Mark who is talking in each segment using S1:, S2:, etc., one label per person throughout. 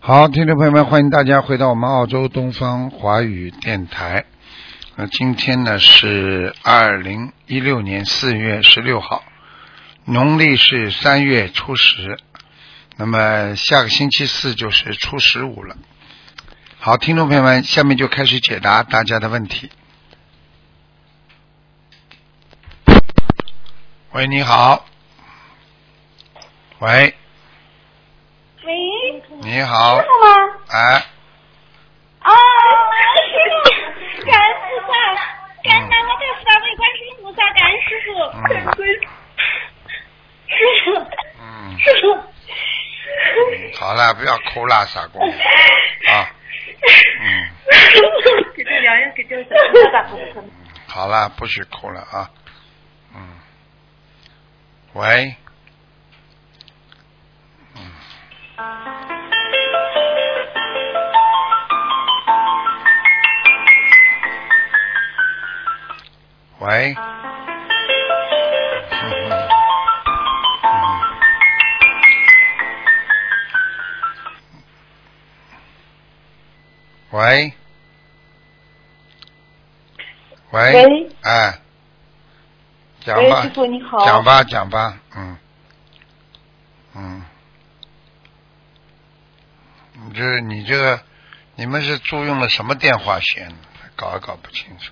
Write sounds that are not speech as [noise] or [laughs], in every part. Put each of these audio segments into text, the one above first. S1: 好，听众朋友们，欢迎大家回到我们澳洲东方华语电台。那今天呢是二零一六年四月十六号，农历是三月初十。那么下个星期四就是初十五了。好，听众朋友们，下面就开始解答大家的问题。喂，你好。喂，
S2: 喂，
S1: 你好
S2: 师，傅吗？
S1: 哎，
S2: 哦， [laughs] 师傅，感恩菩萨，感恩南无大慈大悲观世音菩萨，感恩师傅，感恩师
S1: 嗯
S2: 傅，，师傅，
S1: 好了，不要哭了，傻姑娘啊，嗯，
S2: 给这两人给这小大菩萨。
S1: 好了，不许哭了啊，嗯，喂，喂，嗯嗯喂，喂，
S3: 喂，
S1: 哎，讲
S3: 喂，
S1: 吧
S3: 师，傅你好。
S1: 讲吧，讲吧，嗯，嗯，你这你这个，你们是租用了什么电话线呢？搞也搞不清楚。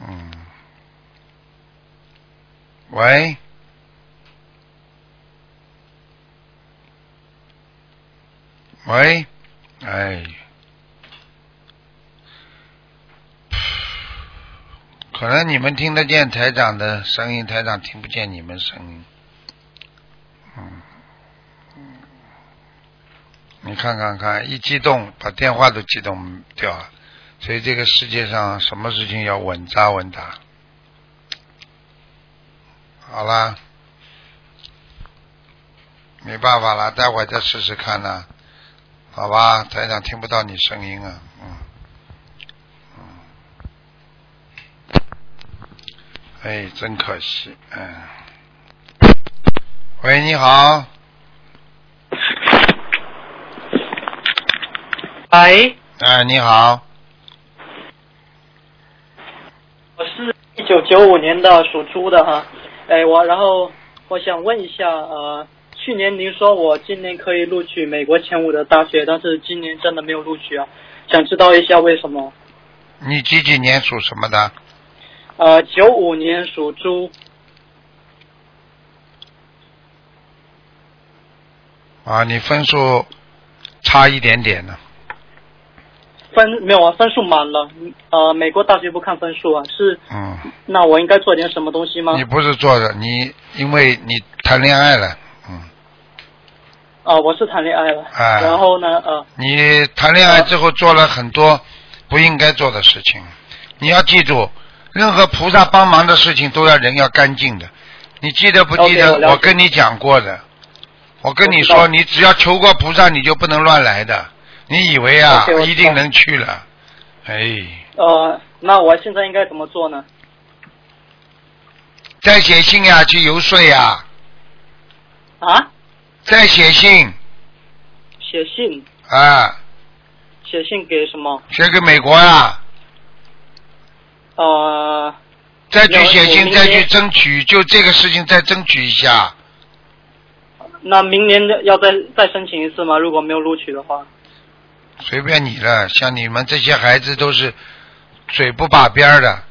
S1: 嗯，喂，喂，哎，可能你们听得见台长的声音，台长听不见你们声音。嗯，你看看看，一激动把电话都激动掉了，所以这个世界上什么事情要稳扎稳打。好啦，没办法啦，待会儿再试试看啦，好吧？台长听不到你声音啊，嗯。哎，真可惜，嗯。喂，你好，
S4: 喂，
S1: 哎，你好，
S4: 我是一九九五年的属猪的哈，哎，我然后我想问一下，呃，去年您说我今年可以录取美国前五的大学，但是今年真的没有录取啊，想知道一下为什么？
S1: 你几几年属什么的？
S4: 呃，九五年属猪，
S1: 啊，你分数差一点点呢。
S4: 分没有啊，分数满了，嗯呃，美国大学不看分数啊，是
S1: 嗯，
S4: 那我应该做点什么东西吗
S1: 你？不是做的，你因为你谈恋爱了，嗯，
S4: 啊、我是谈恋爱了，
S1: 哎
S4: 然后呢，呃，
S1: 你谈恋爱之后做了很多不应该做的事情。你要记住，任何菩萨帮忙的事情都要人要干净的。你记得不记得
S4: 哦 OK，我了解
S1: 我跟你讲过的？我跟你
S4: 我
S1: 说，
S4: 知道
S1: 你只要求过菩萨，你就不能乱来的。你以为啊
S4: OK，我知道
S1: 一定能去了？哎，
S4: 呃，那我现在应该怎么做呢？
S1: 再写信呀、去游说呀、
S4: 啊，
S1: 再写信
S4: 写信，
S1: 啊，
S4: 写信给什么？
S1: 写给美国啊呀、
S4: 呃，
S1: 再去写信，
S4: 有
S1: 再
S4: 有
S1: 去
S4: 明天
S1: 争取，就这个事情再争取一下。
S4: 那明年要再再申请一次吗？如果没有录取的话，
S1: 随便你了，像你们这些孩子都是嘴不把边儿的，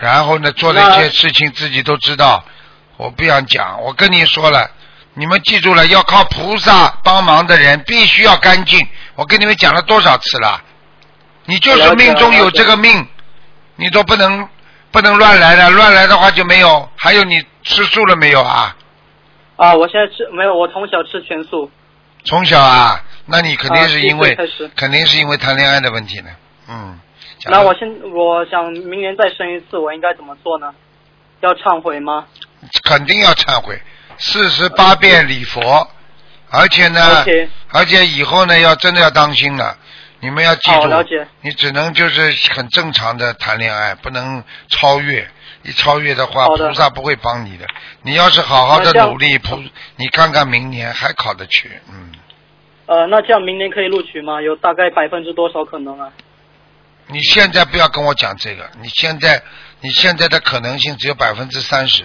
S1: 然后呢做了一些
S4: 那
S1: 事情自己都知道。我不想讲，我跟你说了，你们记住了，要靠菩萨帮忙的人必须要干净。我跟你们讲了多少次了，你就是
S4: 了解
S1: 命中
S4: 了
S1: 有
S4: 解
S1: 这个命，你都不能不能乱来的，乱来的话就没有。还有你吃素了没有啊？
S4: 啊，我现在吃没有，我从小吃全素，
S1: 从小啊，那你肯定
S4: 啊
S1: 是
S4: 七
S1: 因
S4: 岁
S1: 为、
S4: 开始
S1: 肯定是因为谈恋爱的问题呢。嗯，讲
S4: 那
S1: 得
S4: 我现我想明年再申一次，我应该怎么做呢？要忏悔吗？
S1: 肯定要忏悔，四十八
S4: 嗯
S1: 遍礼佛，而且呢
S4: OK
S1: 而且以后呢要真的要当心了，你们要记
S4: 好
S1: 住
S4: 了解，
S1: 你只能就是很正常的谈恋爱，不能超越。一超越的话，
S4: 好的
S1: 菩萨不会帮你的。你要是好好的
S4: 那像
S1: 努力，菩，你看看明年还考得去，嗯，
S4: 呃，那这样明年可以录取吗？有大概百分之多少可能啊？
S1: 你现在不要跟我讲这个，你现在你现在的可能性只有百分之三十，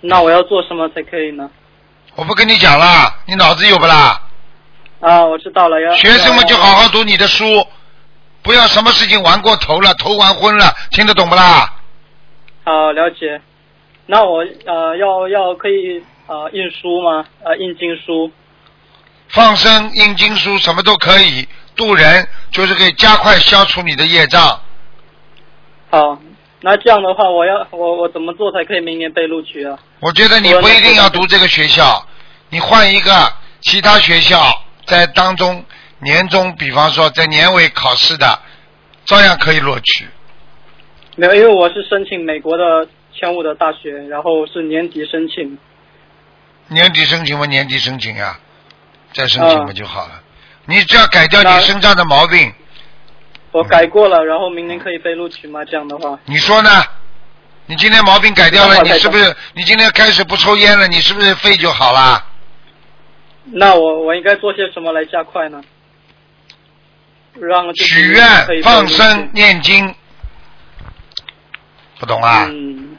S4: 那我要做什么才可以呢？
S1: 我不跟你讲了，你脑子有不啦？
S4: 啊，我知道了，要
S1: 学生们就好好读你的书，不要什么事情玩过头了，头玩昏了，听得懂不啦？
S4: 呃好了解。那我呃要要可以呃印书吗？呃印经书。
S1: 放生、印经书什么都可以，渡人就是可以加快消除你的业障。
S4: 好，那这样的话，我要我我怎么做才可以明年被录取啊？
S1: 我觉得你不一定要读这个学校，你换一个其他学校，在当中年中，比方说在年尾考试的，照样可以录取。
S4: 没有，因为我是申请美国的前五的大学，然后是年底申请。
S1: 年底申请嘛，年底申请啊，再申请嘛就好了。你只要改掉
S4: 那
S1: 你身上的毛病，
S4: 我改过了，然后明年可以被录取吗？这样的话，
S1: 你说呢？你今天毛病改掉
S4: 我
S1: 了，
S4: 改
S1: 你
S4: 掉
S1: 是不是？你今天开始不抽烟了，你是不是肺就好了？
S4: 那我我应该做些什么来加快呢？让自己
S1: 许
S4: 可以
S1: 愿、
S4: 被录
S1: 放
S4: 取
S1: 生、念经，不懂啊？
S4: 嗯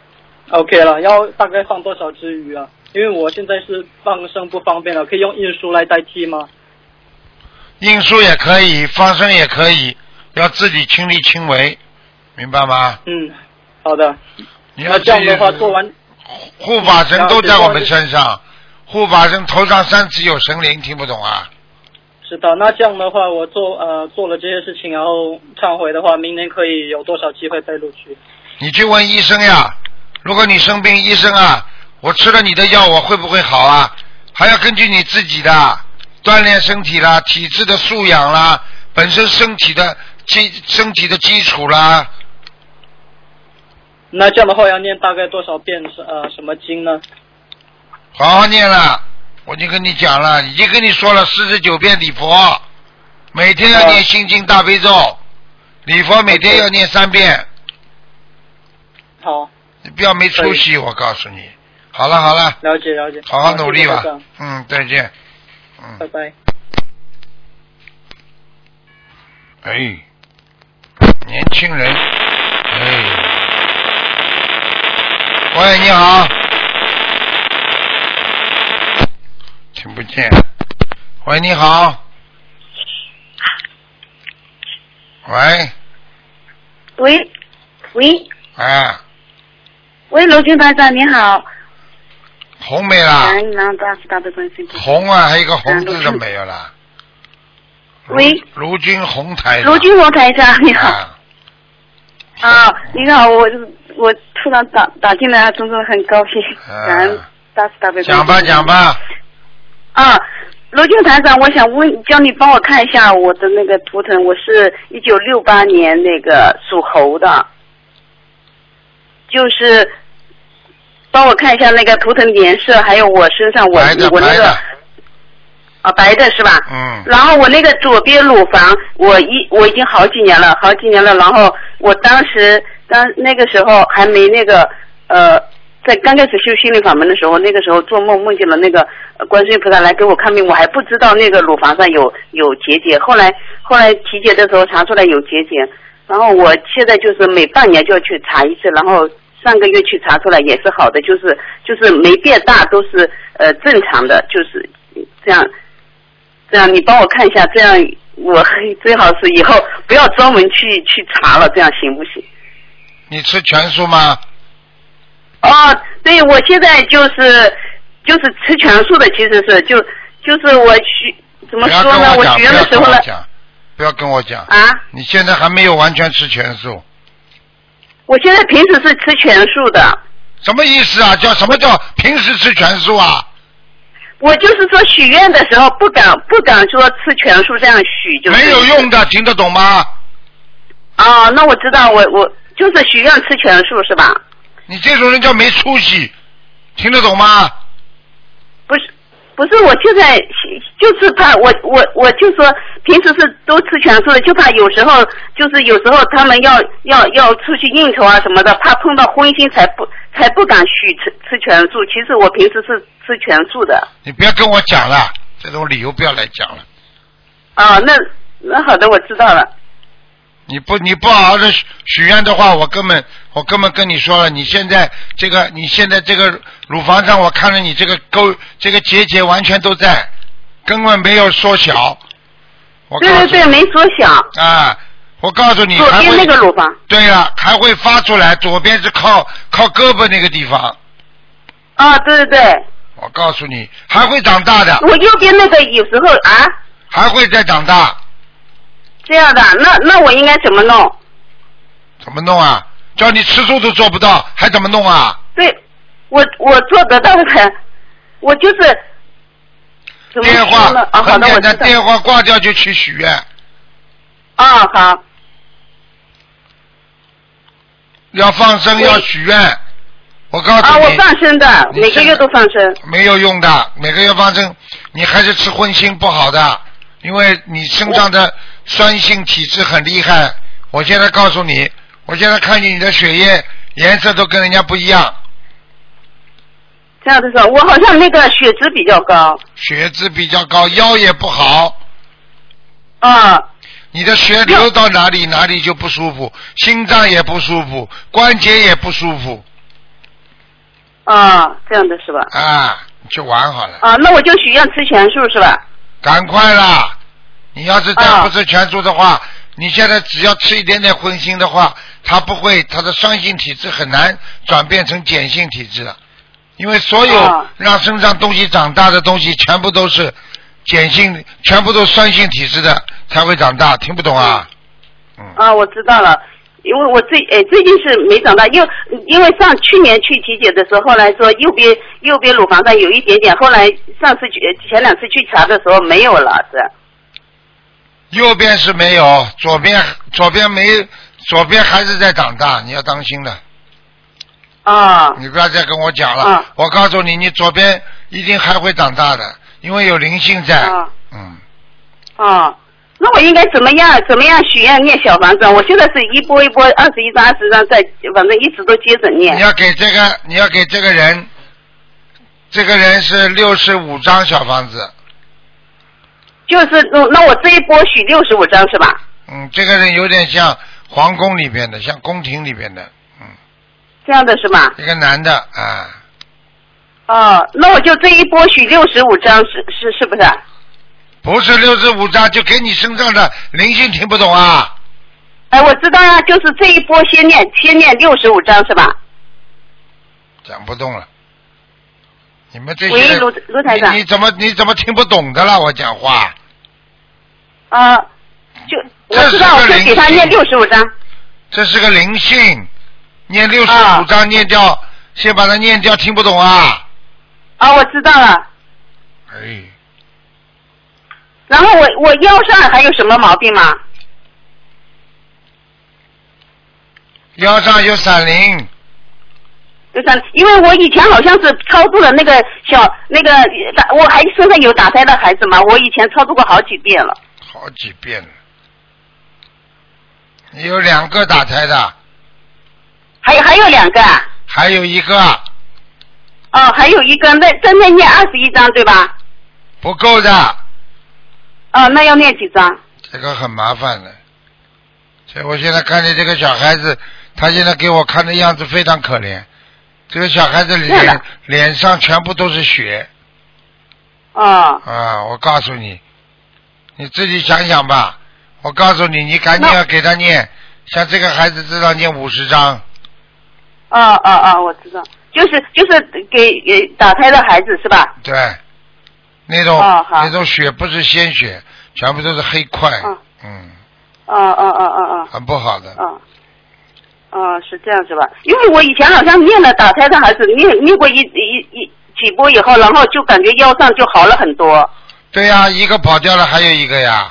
S4: ，OK 了，要大概放多少只鱼啊？因为我现在是放生不方便了，可以用运输来代替吗？
S1: 印书也可以，放生也可以，要自己亲力亲为，明白吗？
S4: 嗯，好的。
S1: 你要
S4: 那这样的话，
S1: 自己
S4: 做完
S1: 护法神都在我们身上，护法神头上三尺有神灵，听不懂啊？
S4: 知道。那这样的话，我做呃做了这些事情，然后忏悔的话，明年可以有多少机会被录取？
S1: 你去问医生呀。如果你生病，医生啊，我吃了你的药，我会不会好啊？还要根据你自己的锻炼身体啦、体质的素养啦、本身身体的基身体的基础啦，
S4: 那这样的话，要念大概多少遍是呃什么经呢？
S1: 好好念了。我就跟你讲了，已经跟你说了四十九遍礼佛，每天要
S4: 啊
S1: 念心经大悲咒，礼佛每天要念三遍。
S4: 好，
S1: 你不要没出息，我告诉你。好了好了，
S4: 了解了解，
S1: 好好努力
S4: 啊谢谢
S1: 吧
S4: 台长。
S1: 嗯，再见。
S4: 拜
S1: 嗯，
S4: 拜。
S1: 哎，年轻人，哎，喂，你好，听不见。喂，你好。喂，
S3: 喂，喂，
S1: 啊，
S3: 喂，罗军台长你好，
S1: 红没
S3: 感
S1: 啦？
S3: 恩南大慈大悲观世音菩萨。
S1: 红啊，还有一个红字都没有啦。
S3: 喂
S1: 卢，卢军红台长。
S3: 罗军罗台长你好，
S1: 啊
S3: 啊，你好，我我突然打打进来，真的很高兴，
S1: 啊
S3: 感恩大慈大悲观世
S1: 讲
S3: 音菩
S1: 吧
S3: 萨。
S1: 讲。吧，
S3: 啊，罗军台长，我想问，叫你帮我看一下我的那个图腾，我是一九六八年那个属猴的，就是帮我看一下那个图腾颜色，还有我身上我
S1: 白的
S3: 我那
S1: 白
S3: 个
S1: 的，
S3: 啊白的是吧？
S1: 嗯，
S3: 然后我那个左边乳房，我一我已经好几年了，好几年了。然后我当时当那个时候还没那个呃，在刚开始修心灵法门的时候，那个时候做梦梦见了那个呃观世音菩萨来给我看病，我还不知道那个乳房上有有结节。后来后来体检的时候查出来有结节，然后我现在就是每半年就要去查一次，然后上个月去查出来也是好的，就是就是没变大，都是呃正常的，就是这样。这样你帮我看一下，这样我最好是以后不要专门去去查了，这样行不行？
S1: 你吃全素吗？
S3: 哦，对，我现在就是就是吃全素的，其实是就就是我许怎么
S1: 不要
S3: 说
S1: 跟
S3: 呢？我
S1: 讲，
S3: 许
S1: 不
S3: 愿
S1: 要
S3: 的时
S1: 跟
S3: 候呢
S1: 我，讲，不要跟我讲，
S3: 啊，
S1: 你现在还没有完全吃全素，
S3: 我现在平时是吃全素的，
S1: 什么意思啊？叫什么叫平时吃全素啊？
S3: 我就是说许愿的时候不敢不敢说吃全素这样许，就是
S1: 没有用的，听得懂吗？
S3: 哦，那我知道，我我就是许愿吃全素是吧？
S1: 你这种人叫没出息，听得懂吗？
S3: 不是，不是，我就在，就是怕我我我就说，平时是都吃全素的，就怕有时候就是有时候他们要要要出去应酬啊什么的，怕碰到荤腥才不才不敢许吃吃全素。其实我平时是吃全素的。
S1: 你不要跟我讲了，这种理由不要来讲了。
S3: 啊，那那好的，我知道了。
S1: 你不你不好好的许愿的话，我根本我根本跟你说了，你现在这个你现在这个乳房上，我看了你这个沟这个结节完全都在，根本没有缩小。我告
S3: 对
S1: 诉你
S3: 对对，没缩小，
S1: 啊，我告诉你，
S3: 左
S1: 还
S3: 边
S1: 会
S3: 那个乳房。
S1: 对了，还会发出来，左边是靠靠胳膊那个地方。
S3: 啊，对对对，
S1: 我告诉你，还会长大的，
S3: 我右边那个有时候啊，
S1: 还会再长大，
S3: 这样的，那那我应该怎么弄？
S1: 怎么弄啊？叫你吃素都做不到，还怎么弄啊？
S3: 对，我我做得到的，我就是怎么
S1: 电话
S3: 说呢？啊，好
S1: 很
S3: 的，我
S1: 简
S3: 知
S1: 单，
S3: 道。
S1: 电话挂掉就去许愿，
S3: 啊，好，
S1: 要放生，要许愿。我告
S3: 啊，
S1: 诉
S3: 我
S1: 你，
S3: 放生的，
S1: 你
S3: 每个
S1: 现
S3: 月
S1: 在
S3: 都放生。
S1: 没有用的，每个月放生，你还是吃荤腥不好的，因为你身上的酸性体质很厉害。我现在告诉你，我现在看见你的血液颜色都跟人家不一样，
S3: 这样子说，我好像那个血脂比较高。
S1: 血脂比较高，腰也不好，
S3: 啊，
S1: 你的血流到哪里哪里就不舒服，心脏也不舒服，关节也不舒服
S3: 啊，这样的是吧？
S1: 啊，你去玩好了，
S3: 啊，那我就许愿吃全素是吧？
S1: 赶快啦！你要是再
S3: 啊
S1: 不吃全素的话，你现在只要吃一点点荤腥的话，它不会，它的酸性体质很难转变成碱性体质的，因为所有
S3: 啊
S1: 让身上东西长大的东西，全部都是碱性，全部都是酸性体质的才会长大，听不懂啊？嗯。
S3: 啊，我知道了，因为我最哎最近是没长大，因为因为上去年去体检的时候，后来说右边右边乳房上有一点点，后来上次去前两次去查的时候没有了，是
S1: 右边是没有，左边左边没，左边还是在长大，你要当心的。
S3: 啊
S1: 你不要再跟我讲了，
S3: 嗯
S1: 我告诉你，你左边一定还会长大的，因为有灵性在。
S3: 啊
S1: 嗯，
S3: 啊，那我应该怎么样怎么样许愿念小房子啊？我现在是一波一波二十一张二十张在，反正一直都接着念
S1: 你。要给这个，你要给这个人，这个人是六十五张小房子。
S3: 就是那那我这一波许六十五张是吧？
S1: 嗯，这个人有点像皇宫里边的，像宫廷里边的，嗯，
S3: 这样的是吧？
S1: 一个男的啊，
S3: 哦，那我就这一波许六十五张是是是不啊是？
S1: 不是六十五张，就给你身上的灵性听不懂啊？
S3: 哎，我知道啊，就是这一波先念先念六十五章是吧？
S1: 讲不动了。你们这些
S3: 喂
S1: 人，
S3: 卢卢台长
S1: 你你怎么你怎么听不懂的啦？我讲话，
S3: 啊、就
S1: 这
S3: 我
S1: 是
S3: 知道，
S1: 个
S3: 我就给他
S1: 灵性
S3: 念六十五章。
S1: 这是个灵性，念六十五
S3: 啊
S1: 章念掉，先把它念掉，听不懂啊？
S3: 啊，我知道了。
S1: 哎，
S3: 然后我我腰上还有什么毛病吗？
S1: 腰上有闪灵，
S3: 就是因为我以前好像是操作了那个小那个，打我还身上有打胎的孩子嘛，我以前操作过好几遍了。
S1: 好几遍了。你有两个打胎的，
S3: 还有还有两个啊，
S1: 还有一个啊
S3: 哦，还有一个那正在念二十一章对吧？
S1: 不够的，
S3: 哦，那要念几章？
S1: 这个很麻烦的。所以我现在看见这个小孩子，他现在给我看的样子非常可怜。这个小孩子
S3: 是
S1: 脸
S3: 的
S1: 脸上全部都是血
S3: 哦，
S1: 啊！我告诉你，你自己想想吧。我告诉你，你赶紧
S3: 那
S1: 要给他念，像这个孩子至少念五十章。
S3: 哦哦哦，我知道，就是就是给给打胎的孩子是吧？
S1: 对，那种、
S3: 哦好
S1: 那种血不是鲜血，全部都是黑块，
S3: 嗯
S1: 嗯，
S3: 哦哦哦哦
S1: 很不好的。
S3: 哦哦，哦，是这样是吧？因为我以前好像念了打胎的孩子，念念过一一一几波以后，然后就感觉腰上就好了很多。
S1: 对呀、一个跑掉了，还有一个呀。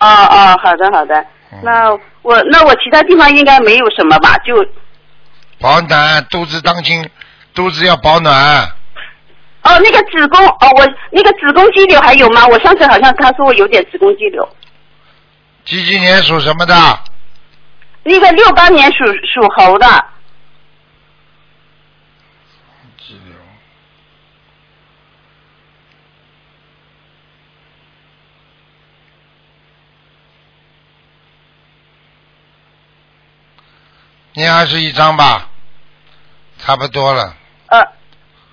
S3: 哦哦，好的好的
S1: 嗯，
S3: 那我那我其他地方应该没有什么吧？就
S1: 保暖，肚子当心，肚子要保暖。
S3: 哦那个子宫哦我那个子宫肌瘤还有吗？我上次好像他说我有点子宫肌瘤。
S1: 几几年属什么的？
S3: 那个六八年属属猴的，
S1: 肌瘤。念二十一章吧，差不多了。
S3: 呃，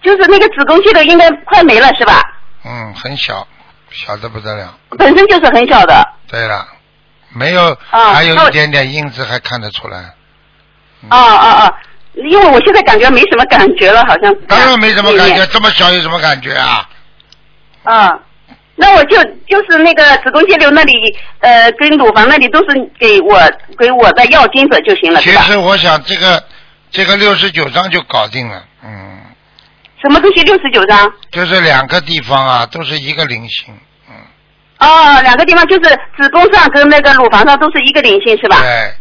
S3: 就是那个子宫肌瘤应该快没了是吧？
S1: 嗯，很小，小的不得了。
S3: 本身就是很小的。
S1: 对了，没有，
S3: 啊
S1: 还有
S3: 那
S1: 一点点印子还看得出来。嗯
S3: 啊啊啊！因为我现在感觉没什么感觉了，好像
S1: 当然没什么感
S3: 里
S1: 觉，
S3: 面
S1: 这么小有什么感觉啊？
S3: 啊，那我就就是那个子宫肌瘤那里，呃，跟乳房那里都是给我给我的药精者就行了，
S1: 其
S3: 是吧？
S1: 实我想这个这个六十九章就搞定了，嗯，
S3: 什么东西六十九张？
S1: 就是两个地方啊，都是一个菱形，嗯，
S3: 哦，两个地方就是子宫上跟那个乳房上都是一个灵性，是吧？
S1: 对，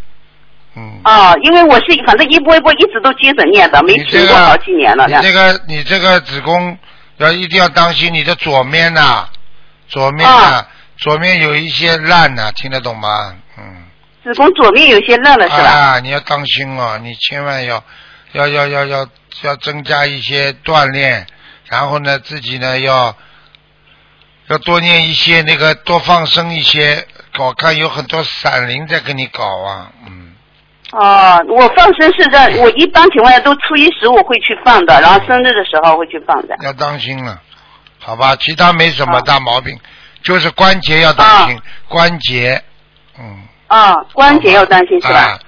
S1: 嗯，
S3: 哦，因为我是反正一波一波一直都接着念的，没
S1: 你
S3: 停
S1: 这
S3: 过
S1: 个
S3: 好几年了。
S1: 你这个你这个子宫要一定要当心，你的左面呐、左面呐、
S3: 啊
S1: 左面有一些烂呐、听得懂吗？嗯。
S3: 子宫左面有些烂了，是吧？
S1: 啊，你要当心哦，你千万要要要要要要增加一些锻炼，然后呢，自己呢要要多念一些那个多放生一些，我看有很多散灵在跟你搞啊，嗯，啊
S3: 哦，我放生是在我一般情况下都初一十五会去放的，然后生日的时候会去放的。
S1: 要当心了，好吧，其他没什么大毛病，就是关节要当心，关节，嗯，
S3: 啊、关节要担心是吧？
S1: 啊、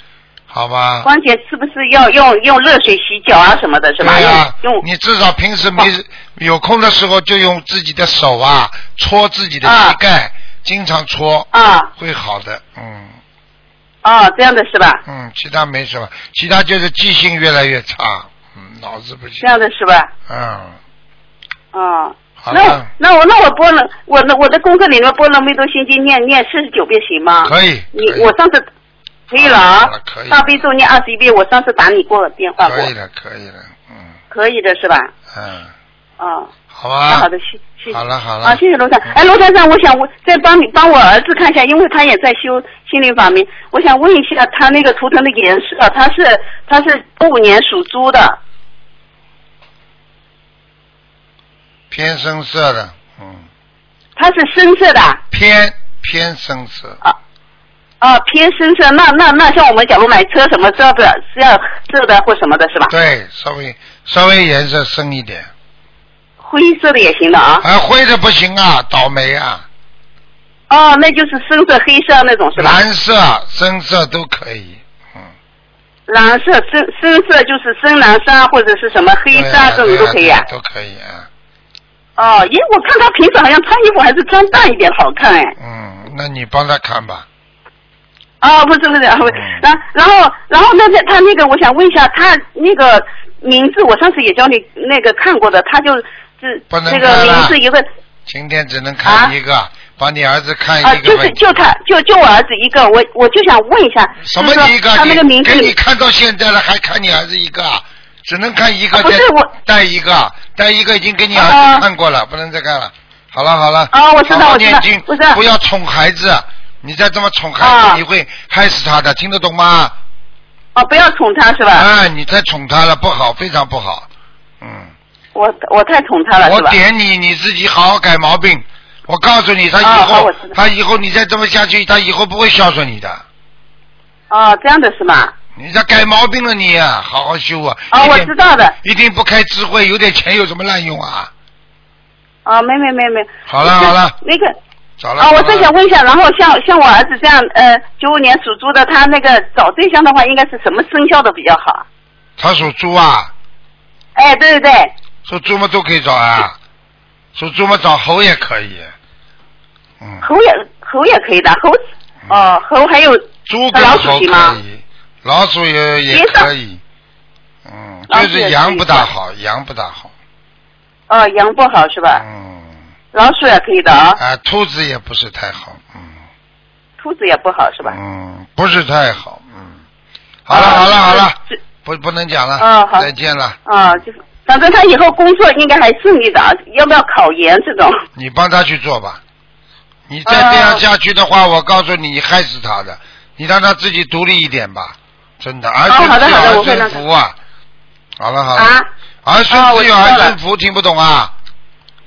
S1: 好吧，
S3: 关节是不是要用用热水洗脚啊什么的，是吧？
S1: 对呀、
S3: 用哦用
S1: 你至少平时没有空的时候，就用自己的手啊搓自己的膝盖，经常搓，
S3: 啊
S1: 会好的。嗯
S3: 啊这样的是吧？
S1: 嗯，其他没什么，其他就是记性越来越差，嗯，脑子不行
S3: 这。样的是吧？
S1: 嗯，
S3: 啊。
S1: 好
S3: 那
S1: 的，
S3: 那我那我播了，我那我的功课里面播了《弥陀心经》，念念四十九遍行吗？
S1: 可以。
S3: 啊你
S1: 可以
S3: 我上次可以了
S1: 好
S3: 啊
S1: 了可以，
S3: 大悲咒念二十一遍，我上次打你过电话过，
S1: 可以了，可以了，嗯
S3: 可以的是吧？
S1: 嗯，
S3: 啊，
S1: 好
S3: 那
S1: 吧。
S3: 好的，谢谢。
S1: 好了好了
S3: 啊，谢谢罗长。
S1: 嗯
S3: 哎，罗长长，我想我再帮你帮我儿子看一下，因为他也在修心灵法门，我想问一下他那个图腾的颜色，啊他是他是五五年属猪的，
S1: 偏深色的，嗯，
S3: 他是深色的啊
S1: 偏偏深色，
S3: 啊，偏深色。那那那像我们假如买车什么这的，是要这的或什么的是吧？
S1: 对，稍微稍微颜色深一点，
S3: 灰色的也行的啊。
S1: 啊，灰的不行啊，倒霉啊。
S3: 哦，那就是深色、黑色那种是吧？
S1: 蓝色、深色都可以。嗯，
S3: 蓝色、深深色就是深蓝色啊，或者是什么黑色啊，这种
S1: 对
S3: 都
S1: 啊
S3: 可以
S1: 对
S3: 啊。
S1: 啊都可以啊。
S3: 哦，因为我看他平时好像穿衣服还是穿淡一点好看哎。
S1: 嗯，那你帮他看吧。
S3: 哦，不是不是，
S1: 嗯
S3: [laughs] 啊不是，然然后然后那个他那个，我想问一下，他那个名字，我上次也教你那个看过的，他就就是
S1: 不能
S3: 那个
S1: 看了
S3: 名字一个
S1: 今天只能看一个，帮你儿子看
S3: 啊，
S1: 一个
S3: 就
S1: 问
S3: 是
S1: 题。
S3: 就他就就我儿子一个，我我就想问一下，
S1: 什么
S3: 就是说
S1: 一个？
S3: 他那个
S1: 你
S3: 名字
S1: 给你看到现在了，还看你儿子一个啊？只能看一个，
S3: 啊不是
S1: 再
S3: 我
S1: 带一个，带一个已经给你儿
S3: 啊
S1: 子看过了，不能再看了。好了好了，
S3: 啊我知道
S1: 好好
S3: 我知
S1: 念
S3: 道
S1: 经
S3: 我知道
S1: 不要宠孩子，你再这么宠孩子，
S3: 啊
S1: 你会害死他的，听得懂吗？
S3: 哦，不要宠他是吧？
S1: 啊，你太宠他了，不好，非常不好。嗯。
S3: 我我太宠他了
S1: 我
S3: 是吧？
S1: 点你，你自己好好改毛病。我告诉你，他
S3: 啊
S1: 以
S3: 好
S1: 后
S3: 我知道，
S1: 他以后你再这么下去，他以后不会孝顺你的。
S3: 哦，这样的是吗？
S1: 你这改毛病了你、啊，好好修啊！
S3: 哦，
S1: 一
S3: 我
S1: 点
S3: 知道的。
S1: 一定不开智慧，有点钱有什么滥用啊？
S3: 哦，没没没没。
S1: 好了好了，
S3: 那个
S1: 找了。
S3: 啊，我
S1: 再
S3: 再想问一下，然后像像我儿子这样，呃，九五年属猪的，他那个找对象的话，应该是什么生肖的比较好？
S1: 他属猪啊，
S3: 哎，对对对，
S1: 属猪嘛都可以找啊，属猪嘛找猴也可以。嗯，
S3: 猴也猴也可以的，猴哦，猴还有
S1: 猪
S3: 那
S1: 跟
S3: 老鼠
S1: 猴
S3: 行吗
S1: 可以，老鼠也也
S3: 别上
S1: 可以。嗯，
S3: 老
S1: 就
S3: 鼠
S1: 是
S3: 也可
S1: 羊
S3: 以
S1: 不
S3: 是吧
S1: 大好，羊不大好。
S3: 哦羊不好是吧？
S1: 嗯。
S3: 老鼠也可以的啊，
S1: 啊，兔子也不是太好，嗯，
S3: 兔子也不好是吧？
S1: 嗯，不是太好，嗯，好了
S3: 啊
S1: 好了好了，
S3: 这
S1: 不不能讲了，
S3: 啊好
S1: 再见了，
S3: 啊，就是反正他以后工作应该还顺利的啊，要不要考研这种？
S1: 你帮他去做吧，你再这样下去的
S3: 哦
S1: 话，我告诉你，你害死他的，你让他自己独立一点吧，真的，儿
S3: 哦好
S1: 孙
S3: 的
S1: 自
S3: 好的
S1: 有
S3: 我
S1: 儿
S3: 会
S1: 孙
S3: 让他
S1: 福啊，好了好了，
S3: 啊
S1: 儿孙
S3: 啊我
S1: 自有
S3: 知道
S1: 儿
S3: 了
S1: 孙福，听不懂啊？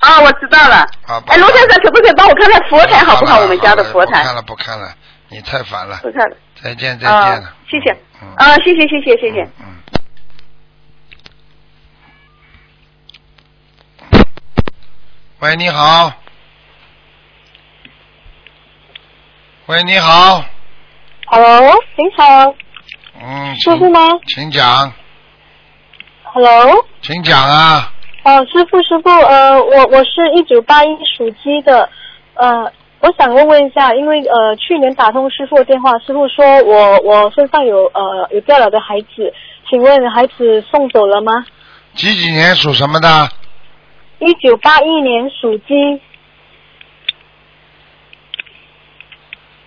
S3: 啊，我知道了。
S1: 好吧
S3: 哎，罗先生可不可以帮我看看佛台好不
S1: 好
S3: 好？
S1: 了
S3: 我们家的佛
S1: 不
S3: 台呃
S1: 看。了不看了，你太烦了，
S3: 不看了。
S1: 再见，再
S5: 啊、
S3: 哦
S1: 见了。
S5: 谢谢
S1: 嗯。
S5: 啊，谢谢，谢谢，谢谢。
S1: 嗯。嗯喂，你好。喂，你好。
S6: Hello，您好，
S1: 嗯，
S6: 师傅
S1: 请
S6: 吗
S1: 请讲，
S6: ？Hello，
S1: 请讲啊。
S6: 哦，师傅，师傅，呃，我我是一九八一属鸡的，呃，我想问问一下，因为呃去年打通师傅的电话，师傅说我我身上有呃有掉了的孩子，请问孩子送走了吗？
S1: 几几年属什么的？
S6: 一九八一年属鸡，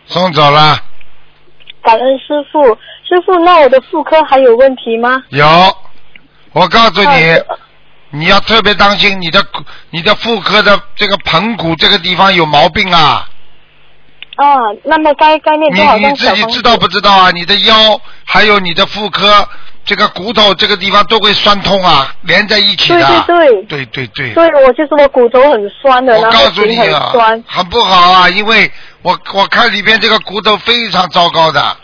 S1: 送走了。
S6: 感恩师傅，师傅，那我的妇科还有问题吗？
S1: 有，我告诉你
S6: 哦，
S1: 你要特别当心你的骨你的妇科的这个盆骨这个地方有毛病啊！
S6: 啊，那么该该念
S1: 你
S6: 多少
S1: 你
S6: 张
S1: 自
S6: 小
S1: 己
S6: 房
S1: 知
S6: 子？
S1: 道不知道啊？你的腰还有你的妇科这个骨头这个地方都会酸痛啊，连在一起
S6: 对
S1: 的。
S6: 对对，
S1: 对对对
S6: 对我就是我骨头很酸的，
S1: 我
S6: 然后
S1: 告诉
S6: 颈
S1: 你
S6: 很
S1: 啊
S6: 酸，。
S1: 很不好啊，因为我我看里边这个骨头非常糟糕的，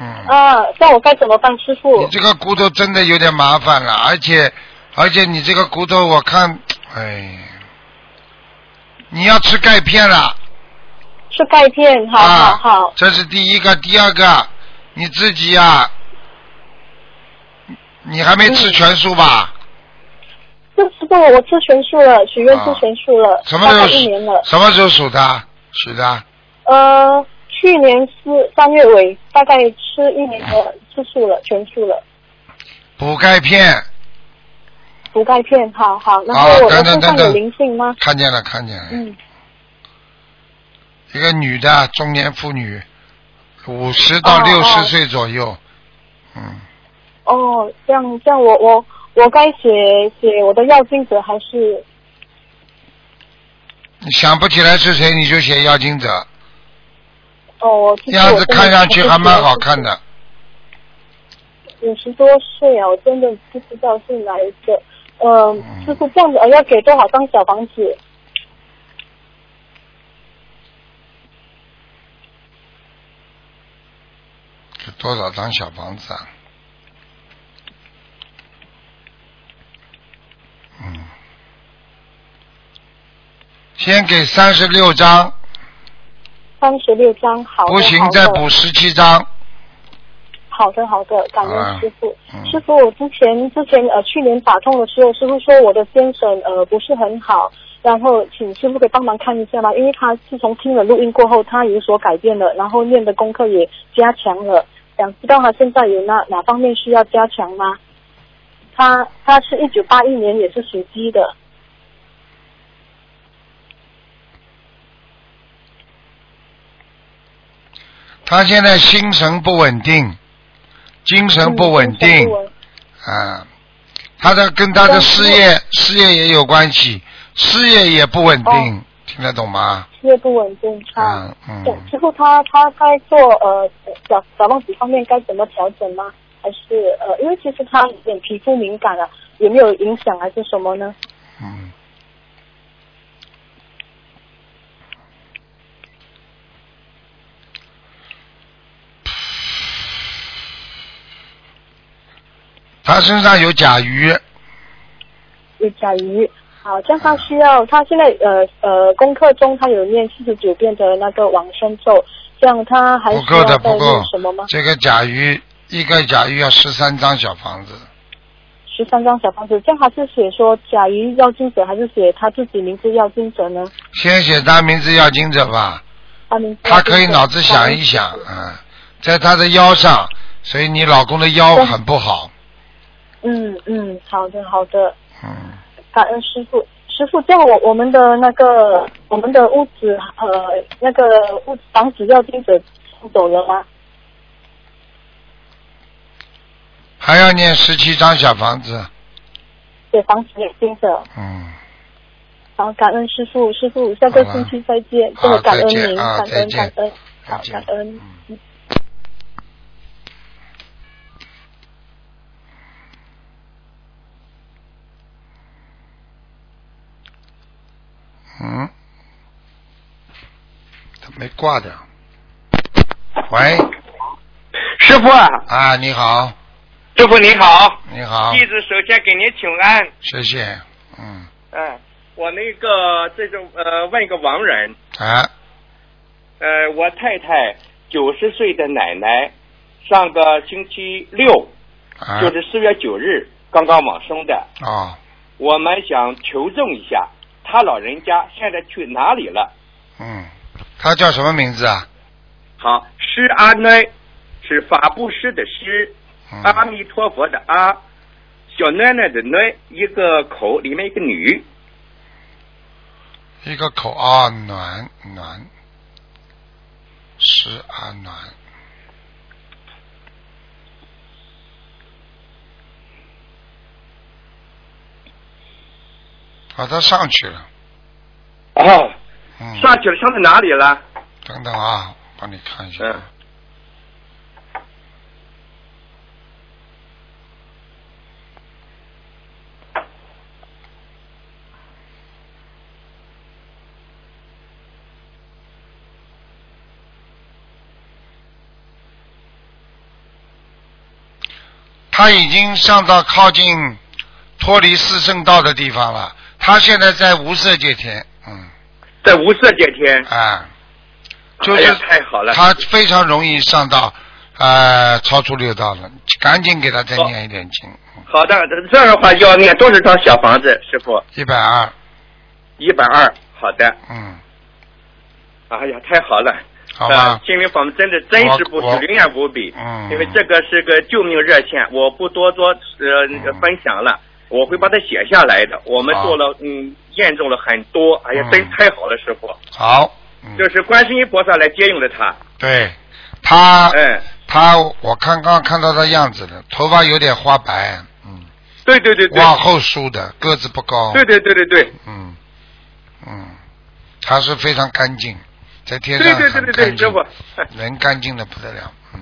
S1: 嗯。
S6: 啊，那我该怎么办，师傅
S1: 你？这个骨头真的有点麻烦了，而且而且你这个骨头我看，哎，你要吃钙片了
S6: 吃钙片，好好
S1: 啊！
S6: 好，
S1: 这是第一个，第二个，你自己呀、你还没吃全素吧？
S6: 嗯这师傅我吃全素了，许愿吃全素了，
S1: 啊什么
S6: 大
S1: 时候
S6: 概一年了
S1: 属？。什么时候属的？属的？
S6: 呃，去年是三月尾，大概吃一年的吃素了，全素了，
S1: 补钙片，
S6: 补钙片，好好。然
S1: 啊
S6: 后
S1: 等
S6: 我我
S1: 等
S6: 身上
S1: 等
S6: 有
S1: 等
S6: 灵性吗？
S1: 看见了，看见了。
S6: 嗯，
S1: 一个女的中年妇女，五十到
S6: 哦
S1: 六十
S6: 哦
S1: 岁左右，嗯。
S6: 哦，这样这样我我我该写写我的要经者还是
S1: 你想不起来是谁，你就写要经者，
S6: 哦？我其实
S1: 样
S6: 我
S1: 子
S6: 真的
S1: 看上去还蛮好
S6: 不知道
S1: 看的。
S6: 五十多岁啊，我真的不知道是哪一个。呃
S1: 嗯，
S6: 就是这样子，呃，要给多少张小房子？
S1: 这多少张小房子啊？嗯，先给三十六张，
S6: 三十六张，好的，
S1: 不行
S6: 好
S1: 再
S6: 的，
S1: 补十七张。
S6: 好的，好的，感
S1: 啊
S6: 恩师傅。
S1: 嗯
S6: 师傅，我之前之前呃去年打通的时候，师傅说我的先生呃不是很好，然后请师傅可以帮忙看一下吗？因为他自从听了录音过后，他有所改变了，然后念的功课也加强了。想知道他现在有哪哪方面需要加强吗？他他是一九八一年，也是属鸡的。
S1: 他现在心神不稳定，精神不稳
S6: 嗯精神
S1: 定
S6: 不稳
S1: 啊，他的跟他的
S6: 但是
S1: 事业事业也有关系，事业也不稳定，听得懂吗？
S6: 事业不稳定啊。
S1: 嗯嗯。
S6: 对，之后他他该做呃小小浪子方面该怎么调整吗？还是呃，因为其实他有点皮肤敏感啊，有没有影响还是什么呢？
S1: 嗯，他身上有甲鱼，
S6: 有甲鱼。好，这样他需要他现在呃呃功课中他有念四十九遍的那个往生咒，这样他还
S1: 不
S6: 需
S1: 够
S6: 要
S1: 的，
S6: 再
S1: 不够
S6: 念什么吗。？
S1: 这个甲鱼，一个甲鱼要十三张小房子，
S6: 十三张小房子，这样他是写说甲鱼要精者，还是写他自己名字要精者呢？
S1: 先写他名字要经者
S6: 哦
S1: 吧，
S6: 他名字要
S1: 他可以
S6: 经者
S1: 脑子想一想，嗯，在他的腰上，所以你老公的腰
S6: 对
S1: 很不好，
S6: 嗯嗯，好的好的。
S1: 嗯，
S6: 感恩师傅。师傅，这样我我们的那个我们的屋子呃那个屋房子要金者送走了吗？
S1: 还要念十七张小房子，
S6: 对，房子也金者。
S1: 嗯。
S6: 好，感恩师傅，师傅下个星期再见，
S1: 好
S6: 真的感恩
S1: 再见
S6: 您，
S1: 啊
S6: 感
S1: 再
S6: 恩
S1: 见
S6: 感恩，好
S1: 再见嗯
S6: 感恩。
S1: 嗯，他没挂掉。喂，
S5: 师傅，
S1: 啊，你好，
S5: 师傅你好，
S1: 你好，
S5: 弟子首先给您请安。
S1: 谢谢，嗯，
S5: 嗯，我那个这种呃，问一个亡人，
S1: 啊，
S5: 呃，我太太九十岁的奶奶，上个星期六，
S1: 啊，
S5: 就是四月九日刚刚往生的。
S1: 哦，
S5: 我们想求证一下，她老人家现在去哪里了？
S1: 嗯，他叫什么名字啊？
S5: 好，施阿奶是法布施的施，
S1: 嗯、
S5: 阿弥陀佛的阿，小奶奶的奶，一个口里面一个女，
S1: 一个口啊，暖暖，是啊，暖。啊，他上去了，
S5: 哦，
S1: 嗯，
S5: 上去了，上到哪里了？
S1: 等等啊，帮你看一下。
S5: 嗯
S1: 他已经上到靠近脱离四圣道的地方了，他现在在无色界天，嗯，
S5: 在无色界天。
S1: 啊，就是
S5: 哎呀太嗯好了。
S1: 他非常容易上到呃超出六道了，赶紧给他再
S5: 好
S1: 念一点经，
S5: 好的，这样的话要念多少张小房子，师傅？
S1: 一百二，
S5: 一百二。好的。
S1: 嗯，
S5: 哎呀，太好了。
S1: 好吧
S5: 呃，心灵法门真的真是不
S1: 我
S5: 是灵验无比，
S1: 嗯
S5: 因为这个是个救命热线，我不多做呃、
S1: 嗯
S5: 分享了，我会把它写下来的。我们
S1: 好
S5: 做了，嗯，验证了很多，哎呀，
S1: 嗯
S5: 真太好了，师傅，
S1: 好，嗯
S5: 就，是观世音菩萨来接应了他，
S1: 对，他
S5: 嗯，
S1: 他我看刚刚看到他样子了，头发有点花白，嗯，
S5: 对对对对，
S1: 往后梳的，个子不高，
S5: 对对对对对，
S1: 嗯，嗯，他是非常干净，在天上
S5: 对对对
S1: 很
S5: 对对，
S1: 干净
S5: 师
S1: [laughs]
S5: 傅，
S1: 人干净的不得了，嗯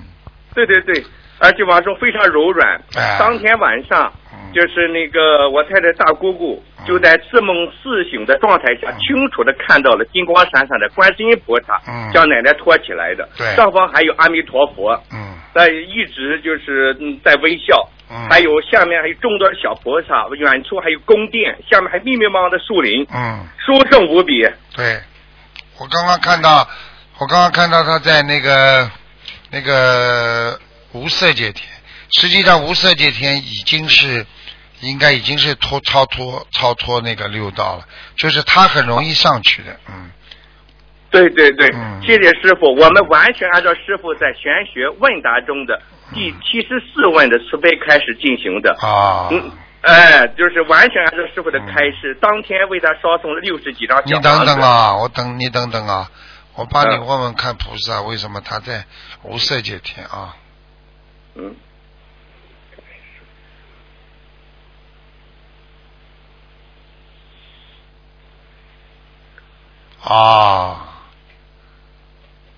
S5: 对对对，而且网上非常柔软。
S1: 哎
S5: 当天晚上，
S1: 嗯，
S5: 就是那个我太太大姑姑
S1: 嗯
S5: 就在似梦似醒的状态下
S1: 嗯，
S5: 清楚的看到了金光闪闪的观世音菩萨
S1: 嗯
S5: 将奶奶托起来的
S1: 对，
S5: 上方还有阿弥陀佛，
S1: 嗯
S5: 在一直就是嗯在微笑，
S1: 嗯，
S5: 还有下面还有众多的小菩萨，远处还有宫殿，下面还密密麻麻的树林，
S1: 嗯，
S5: 殊胜无比。
S1: 对，我刚刚看到，我刚刚看到他在那个那个无色界天，实际上无色界天已经是应该已经是脱超脱超脱那个六道了，就是他很容易上去的，嗯，
S5: 对对对，
S1: 嗯
S5: 谢谢师傅，我们完全按照师傅在玄学问答中的
S1: 嗯
S5: 第七十四问的慈悲开始进行的。
S1: 啊，
S5: 嗯，哎，就是完全按照师傅的开示，当天为他烧送了六十几张
S1: 你
S5: 小
S1: 嗯等
S5: 房子。
S1: 等啊，我等你等等啊，我帮你
S5: 嗯
S1: 问问看菩萨为什么他在无色界天啊？
S5: 嗯，
S1: 啊，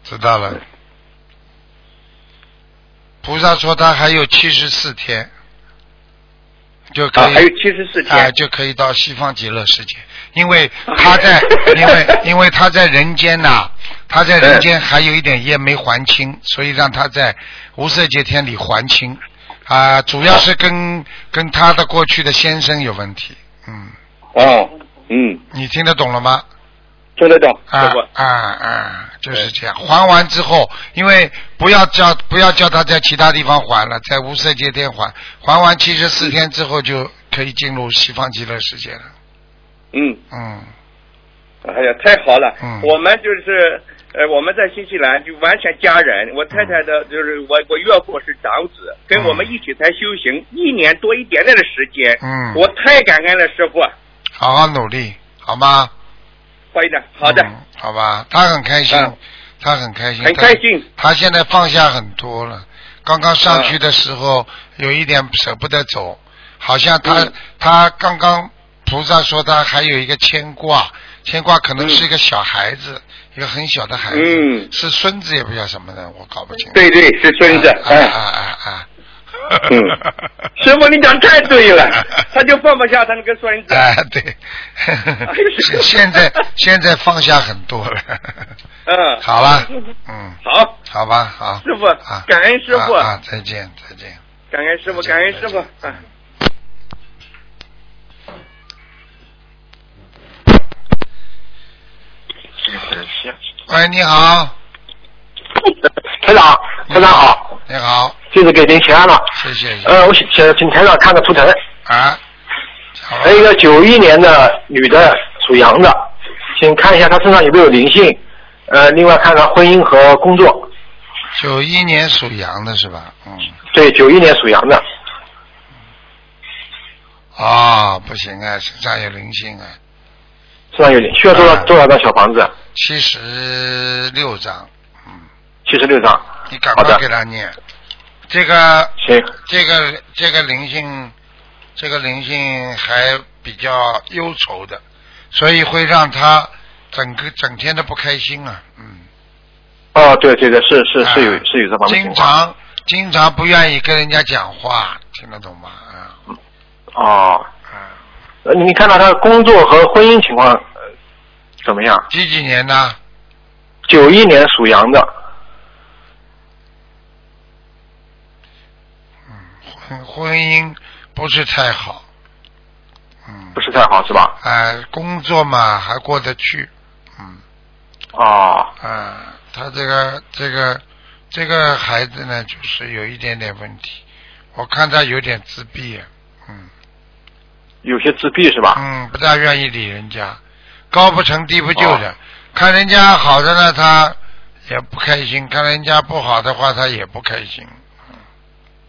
S1: 知道了。菩萨说他还有七十四天，就可
S5: 啊，
S1: 以
S5: 还有七十四
S1: 啊
S5: 天。
S1: 就可以到西方极乐世界，因为
S5: 哦
S1: 他
S5: [laughs]
S1: 在因为因为他在人间呐、他在
S5: 嗯
S1: 人间还有一点业没还清，所以让他在无色界天里还清啊，主要是跟跟他的过去的先生有问题，嗯，
S5: 哦，嗯，
S1: 你听得懂了吗？
S5: 听得懂，师
S1: 啊
S5: 傅。
S1: 啊啊！就是这样，还完之后，因为不要叫不要叫他在其他地方还了，在无色界天还，还完七十四天之后就可以进入西方极乐世界了。
S5: 嗯，
S1: 嗯，
S5: 哎呀，太好了。
S1: 嗯
S5: 我们就是呃，我们在新西兰就完全家人，我太太
S1: 嗯
S5: 的就是我我岳父是长子，跟我们一起才修行一年多一点点的时间。
S1: 嗯
S5: 我太感恩了，师傅。啊
S1: 好好努力，好吗？
S5: 快一点，好的，
S1: 嗯好吧。他很开心，
S5: 嗯
S1: 他很开心，
S5: 很
S1: 他
S5: 开心。
S1: 他现在放下很多了。刚刚上
S5: 嗯
S1: 去的时候，有一点舍不得走，好像他、
S5: 嗯
S1: 他刚刚菩萨说他还有一个牵挂，牵挂可能是一个小孩子，一个很小的孩子，
S5: 嗯
S1: 是孙子也不知道什么的，我搞不清。啊哎
S5: 对对，是孙子。哎
S1: 啊啊啊啊！ [laughs]
S5: 嗯师傅，你讲太对了，他就放不下他那个孙子。
S1: 啊 [laughs] 哎，对，现现在现在放下很多了。 [laughs]
S5: 嗯，
S1: 好了，嗯，
S5: 好，
S1: 好吧，好，
S5: 师傅
S1: 啊，
S5: 感恩师傅
S1: 啊，啊，再见，再见。
S5: 感恩师傅，感恩师傅。啊
S7: 嗯
S1: 喂，你好，
S7: 台长，台长好，
S1: 你好，
S7: 这次给您请安了。
S1: 谢谢你
S7: 呃，我想请请台长看个图腾，
S1: 啊。好
S7: 还有一个九一年的女的，属羊的，请看一下她身上有没有灵性。呃，另外看看婚姻和工作。
S1: 九一年属羊的是吧？嗯。
S7: 对，九一年属羊的，
S1: 啊、不行啊，身上有灵性啊，
S7: 身上有灵，需要多少
S1: 嗯
S7: 多少张小房子？
S1: 七十六张，
S7: 七十六张。
S1: 你赶
S7: 好
S1: 快
S7: 的
S1: 给他念。这个
S7: 行，
S1: 这个这个灵性，这个灵性还比较忧愁的，所以会让他整个整天都不开心啊，嗯。
S7: 哦，对对对，是是是有
S1: 啊
S7: 是有这方面情
S1: 经
S7: 况。
S1: 常经常不愿意跟人家讲话，听得懂吗？啊
S7: 哦，
S1: 啊，
S7: 呃你看到她的工作和婚姻情况、呃、怎么样？
S1: 几几年呢？
S7: 九一年属羊的，
S1: 婚婚姻不是太好，嗯
S7: 不，是太好是吧？
S1: 哎，工作嘛还过得去，嗯
S7: 哦，
S1: 啊，他这个这个这个孩子呢，就是有一点点问题，我看他有点自闭，嗯
S7: 有些自闭是吧？
S1: 嗯，不大愿意理人家，高不成低不就的，看人家好的呢，他也不开心；看人家不好的话，他也不开心。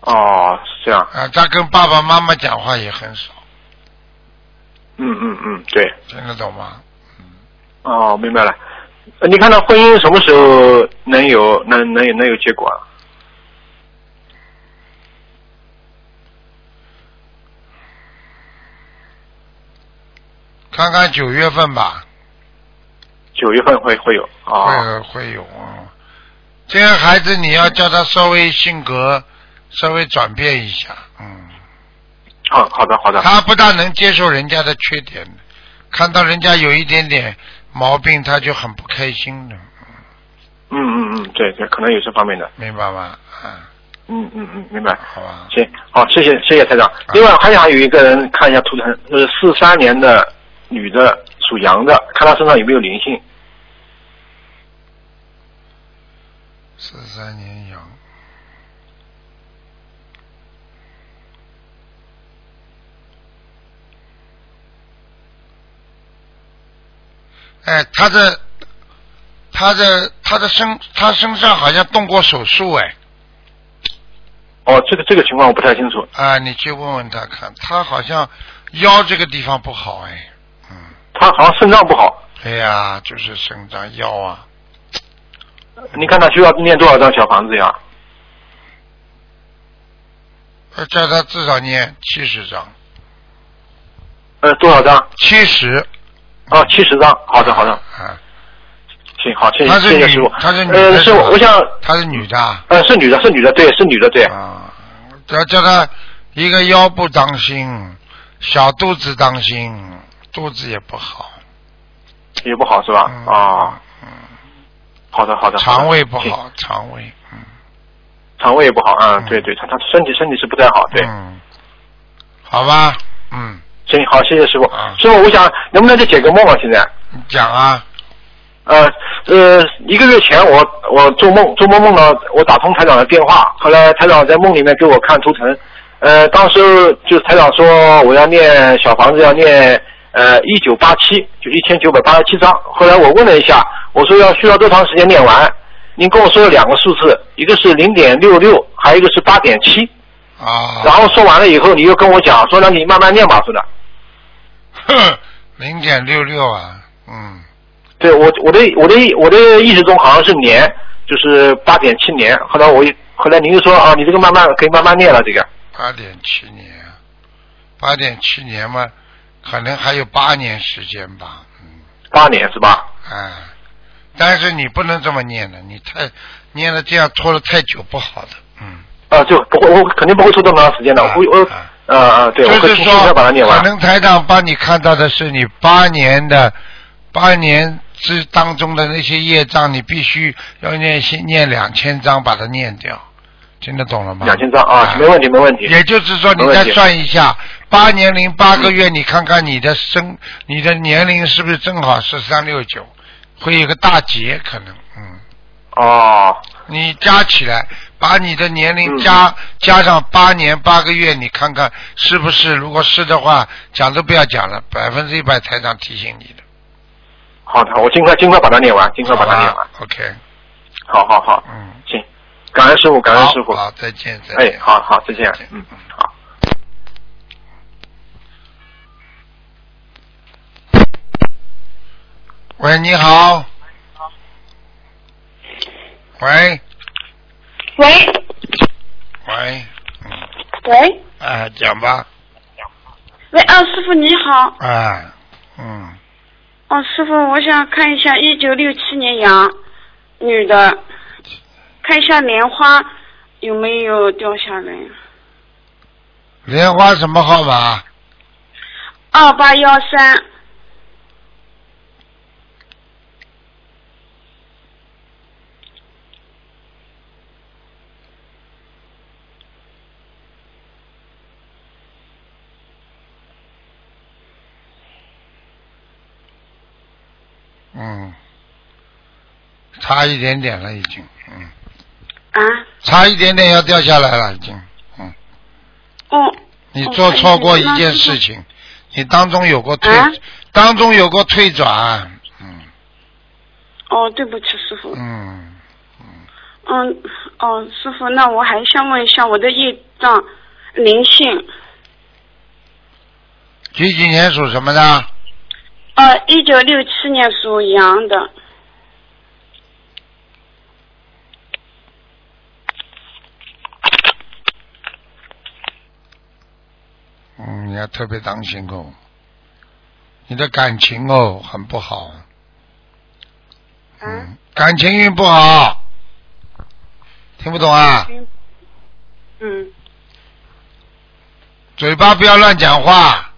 S7: 哦，是这样。
S1: 啊，他跟爸爸妈妈讲话也很少，
S7: 嗯嗯嗯，对。
S1: 听得懂吗？
S7: 哦，明白了。呃你看到婚姻什么时候能有能能能有结果啊？
S1: 看看九月份吧，
S7: 九月份会会有
S1: 会
S7: 啊、
S1: 有会有嗯。这个孩子你要叫他稍微性格稍微转变一下，嗯，
S7: 好好的好的
S1: 他不大能接受人家的缺点的，看到人家有一点点毛病，他就很不开心的，
S7: 嗯嗯嗯，对对，可能有这方面的，
S1: 明白吗？啊，
S7: 嗯嗯嗯，明白。
S1: 好吧，
S7: 行，好，谢谢谢谢台长。另外还想有一个人看一下图腾，是四三年的女的，属羊的，看她身上有没有灵性。
S1: 四三年羊，哎，他的，他的，他的身，他身上好像动过手术，哎，
S7: 哦，这个这个情况我不太清楚。
S1: 啊，你去问问他看，他好像腰这个地方不好，哎，嗯，
S7: 她好像肾脏不好，
S1: 哎呀，就是生长腰啊，
S7: 你看她需要念多少张小房子呀？
S1: 呃叫他至少念七十张，
S7: 呃，多少张？
S1: 七十，
S7: 哦，七十张。好的，好的，
S1: 啊，
S7: 行，好，谢
S1: 她是
S7: 谢，谢谢
S1: 女
S7: 师傅。
S1: 她是女的
S7: 呃，
S1: 是
S7: 是
S1: 吧
S7: 我，我想，
S1: 她是女的啊。
S7: 呃，是女的，是女的，对，是女的，对。
S1: 啊，要叫他一个腰部当心，小肚子当心，肚子也不好，
S7: 也不好是吧？
S1: 嗯
S7: 啊，好的，好的。好的
S1: 肠胃不，
S7: 行
S1: 好，肠胃，嗯，
S7: 肠胃也不好，嗯
S1: 嗯，
S7: 对对，他他身体身体是不太好，对。
S1: 嗯，好吧，嗯，
S7: 行，好，谢谢师傅
S1: 啊。
S7: 师傅，我想能不能再解个梦啊？现在，
S1: 你讲啊，
S7: 呃呃，一个月前我我做梦做梦梦到我打通台长的电话，后来台长在梦里面给我看图腾，呃，当时就是台长说我要念小房子要念呃一九八七，就一千九百八十七章。后来我问了一下，我说要需要多长时间念完？您跟我说了两个数字，一个是零点六六，还有一个是八点七。
S1: 啊，
S7: 然后说完了以后，你又跟我讲说让你慢慢念吧，说的。
S1: 哼，零点六六啊，嗯，
S7: 对我我的我的我的意识中好像是年，就是八点七年。后来我一后来您就说啊，你这个慢慢可以慢慢念了，这个
S1: 八点七年，八点七年嘛，可能还有八年时间吧，嗯，
S7: 八年是吧？
S1: 哎，但是你不能这么念的，你太念了这样拖了太久不好的，嗯。
S7: 啊，就不会，我肯定不会拖这么长时间的，我会，我
S1: 啊啊，
S7: 啊啊，对，我
S1: 就
S7: 会
S1: 是
S7: 尽快
S1: 说，
S7: 把它念
S1: 可
S7: 完。
S1: 能台长帮你看到的是你八年的八年之当中的那些业障，你必须要念先念两千章把它念掉，听得懂了吗？
S7: 两千张啊，没问题，没问题。
S1: 也就是说，你
S7: 没
S1: 再
S7: 问题
S1: 算一下，八年零八个月，你看看你的生，你的年龄是不是正好是三六九，会有个大劫可能，嗯，
S7: 哦，
S1: 你加起来，把你的年龄
S7: 嗯
S1: 加、加上八年八个月，你看看是不是？如果是的话，讲都不要讲了，百分之一百台长提醒你的，
S7: 好的，我尽快尽快把它念完，尽快
S1: 好
S7: 把它
S1: 吧
S7: 念完。
S1: ？OK，
S7: 好好好，
S1: 嗯，
S7: 行，感恩师傅，感恩
S1: 好
S7: 师傅。
S1: 好，再见，再
S7: 哎
S1: 见，，
S7: 好好，再见
S1: 再见。
S7: 嗯，好。
S1: 喂，你好，喂
S3: 喂
S1: 喂，
S3: 喂
S1: 啊，讲吧。
S3: 喂，啊，师傅你好，
S1: 啊，嗯，
S3: 哦，师傅，我想看一下一九六七年羊女的，看一下莲花有没有掉下来。
S1: 莲花什么号码？
S3: 二八幺三，
S1: 嗯，差一点点了，已经，嗯，
S3: 啊，
S1: 差一点点要掉下来了，已经。
S3: 哦，
S1: 你
S3: 哦
S1: 做错过
S3: 哎那
S1: 一件
S3: 师傅
S1: 事情，你当中有过退
S3: 啊，
S1: 当中有过退转，嗯
S3: 哦，对不起，师傅。
S1: 嗯，
S3: 嗯，哦，师傅，那我还想问一下我的业障灵性，
S1: 几几年属什么的？
S3: 呃，一九六七年属羊的，
S1: 嗯，你要特别当心哦，你的感情哦很不好，
S3: 啊嗯，
S1: 嗯，感情运不好，听不懂啊？
S3: 嗯，
S1: 嘴巴不要乱讲话，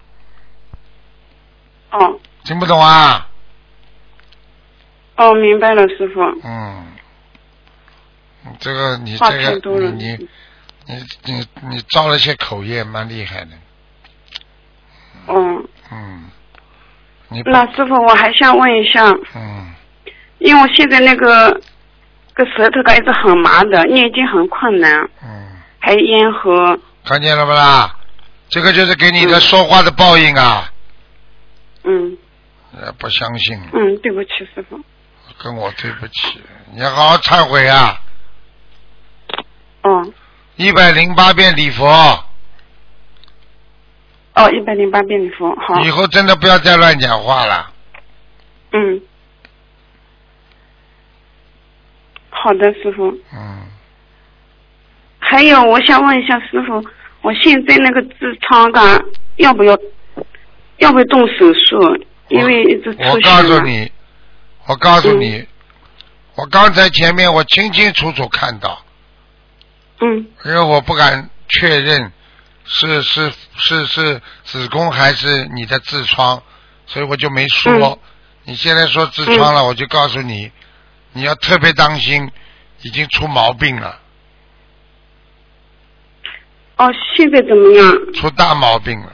S3: 哦，
S1: 听不懂啊？
S3: 哦，明白了，师傅，
S1: 嗯，嗯这个你
S3: 话
S1: 这
S3: 太多
S1: 个
S3: 了，
S1: 你你你你你招了些口业，蛮厉害的。
S3: 嗯，
S1: 嗯，你
S3: 那师傅，我还想问一下，
S1: 嗯
S3: 因为我现在那个个舌头感一直很麻的，念经很困难，
S1: 嗯，
S3: 还咽喉，
S1: 看见了不啦？这个就是给你的说话的报应啊！
S3: 嗯
S1: 呃，不相信，
S3: 嗯，对不起，师傅，
S1: 跟我对不起，你要好好忏悔啊！
S3: 哦
S1: 一百零八遍礼佛，
S3: 哦，一百零八遍礼佛，好，
S1: 以后真的不要再乱讲话了。
S3: 嗯，好的，师傅。
S1: 嗯，
S3: 还有，我想问一下师傅，我现在那个痔疮感要不要要不要动手术？因为一直出血啊
S1: 我告诉
S3: 嘛，
S1: 你，我告诉你，我刚才前面我清清楚楚看到，
S3: 嗯，
S1: 因为我不敢确认是是是是子宫还是你的痔疮，所以我就没说。
S3: 嗯
S1: 你现在说痔疮了，我就告诉你，你要特别当心，已经出毛病了，
S3: 哦，现在怎么样？
S1: 出大毛病了。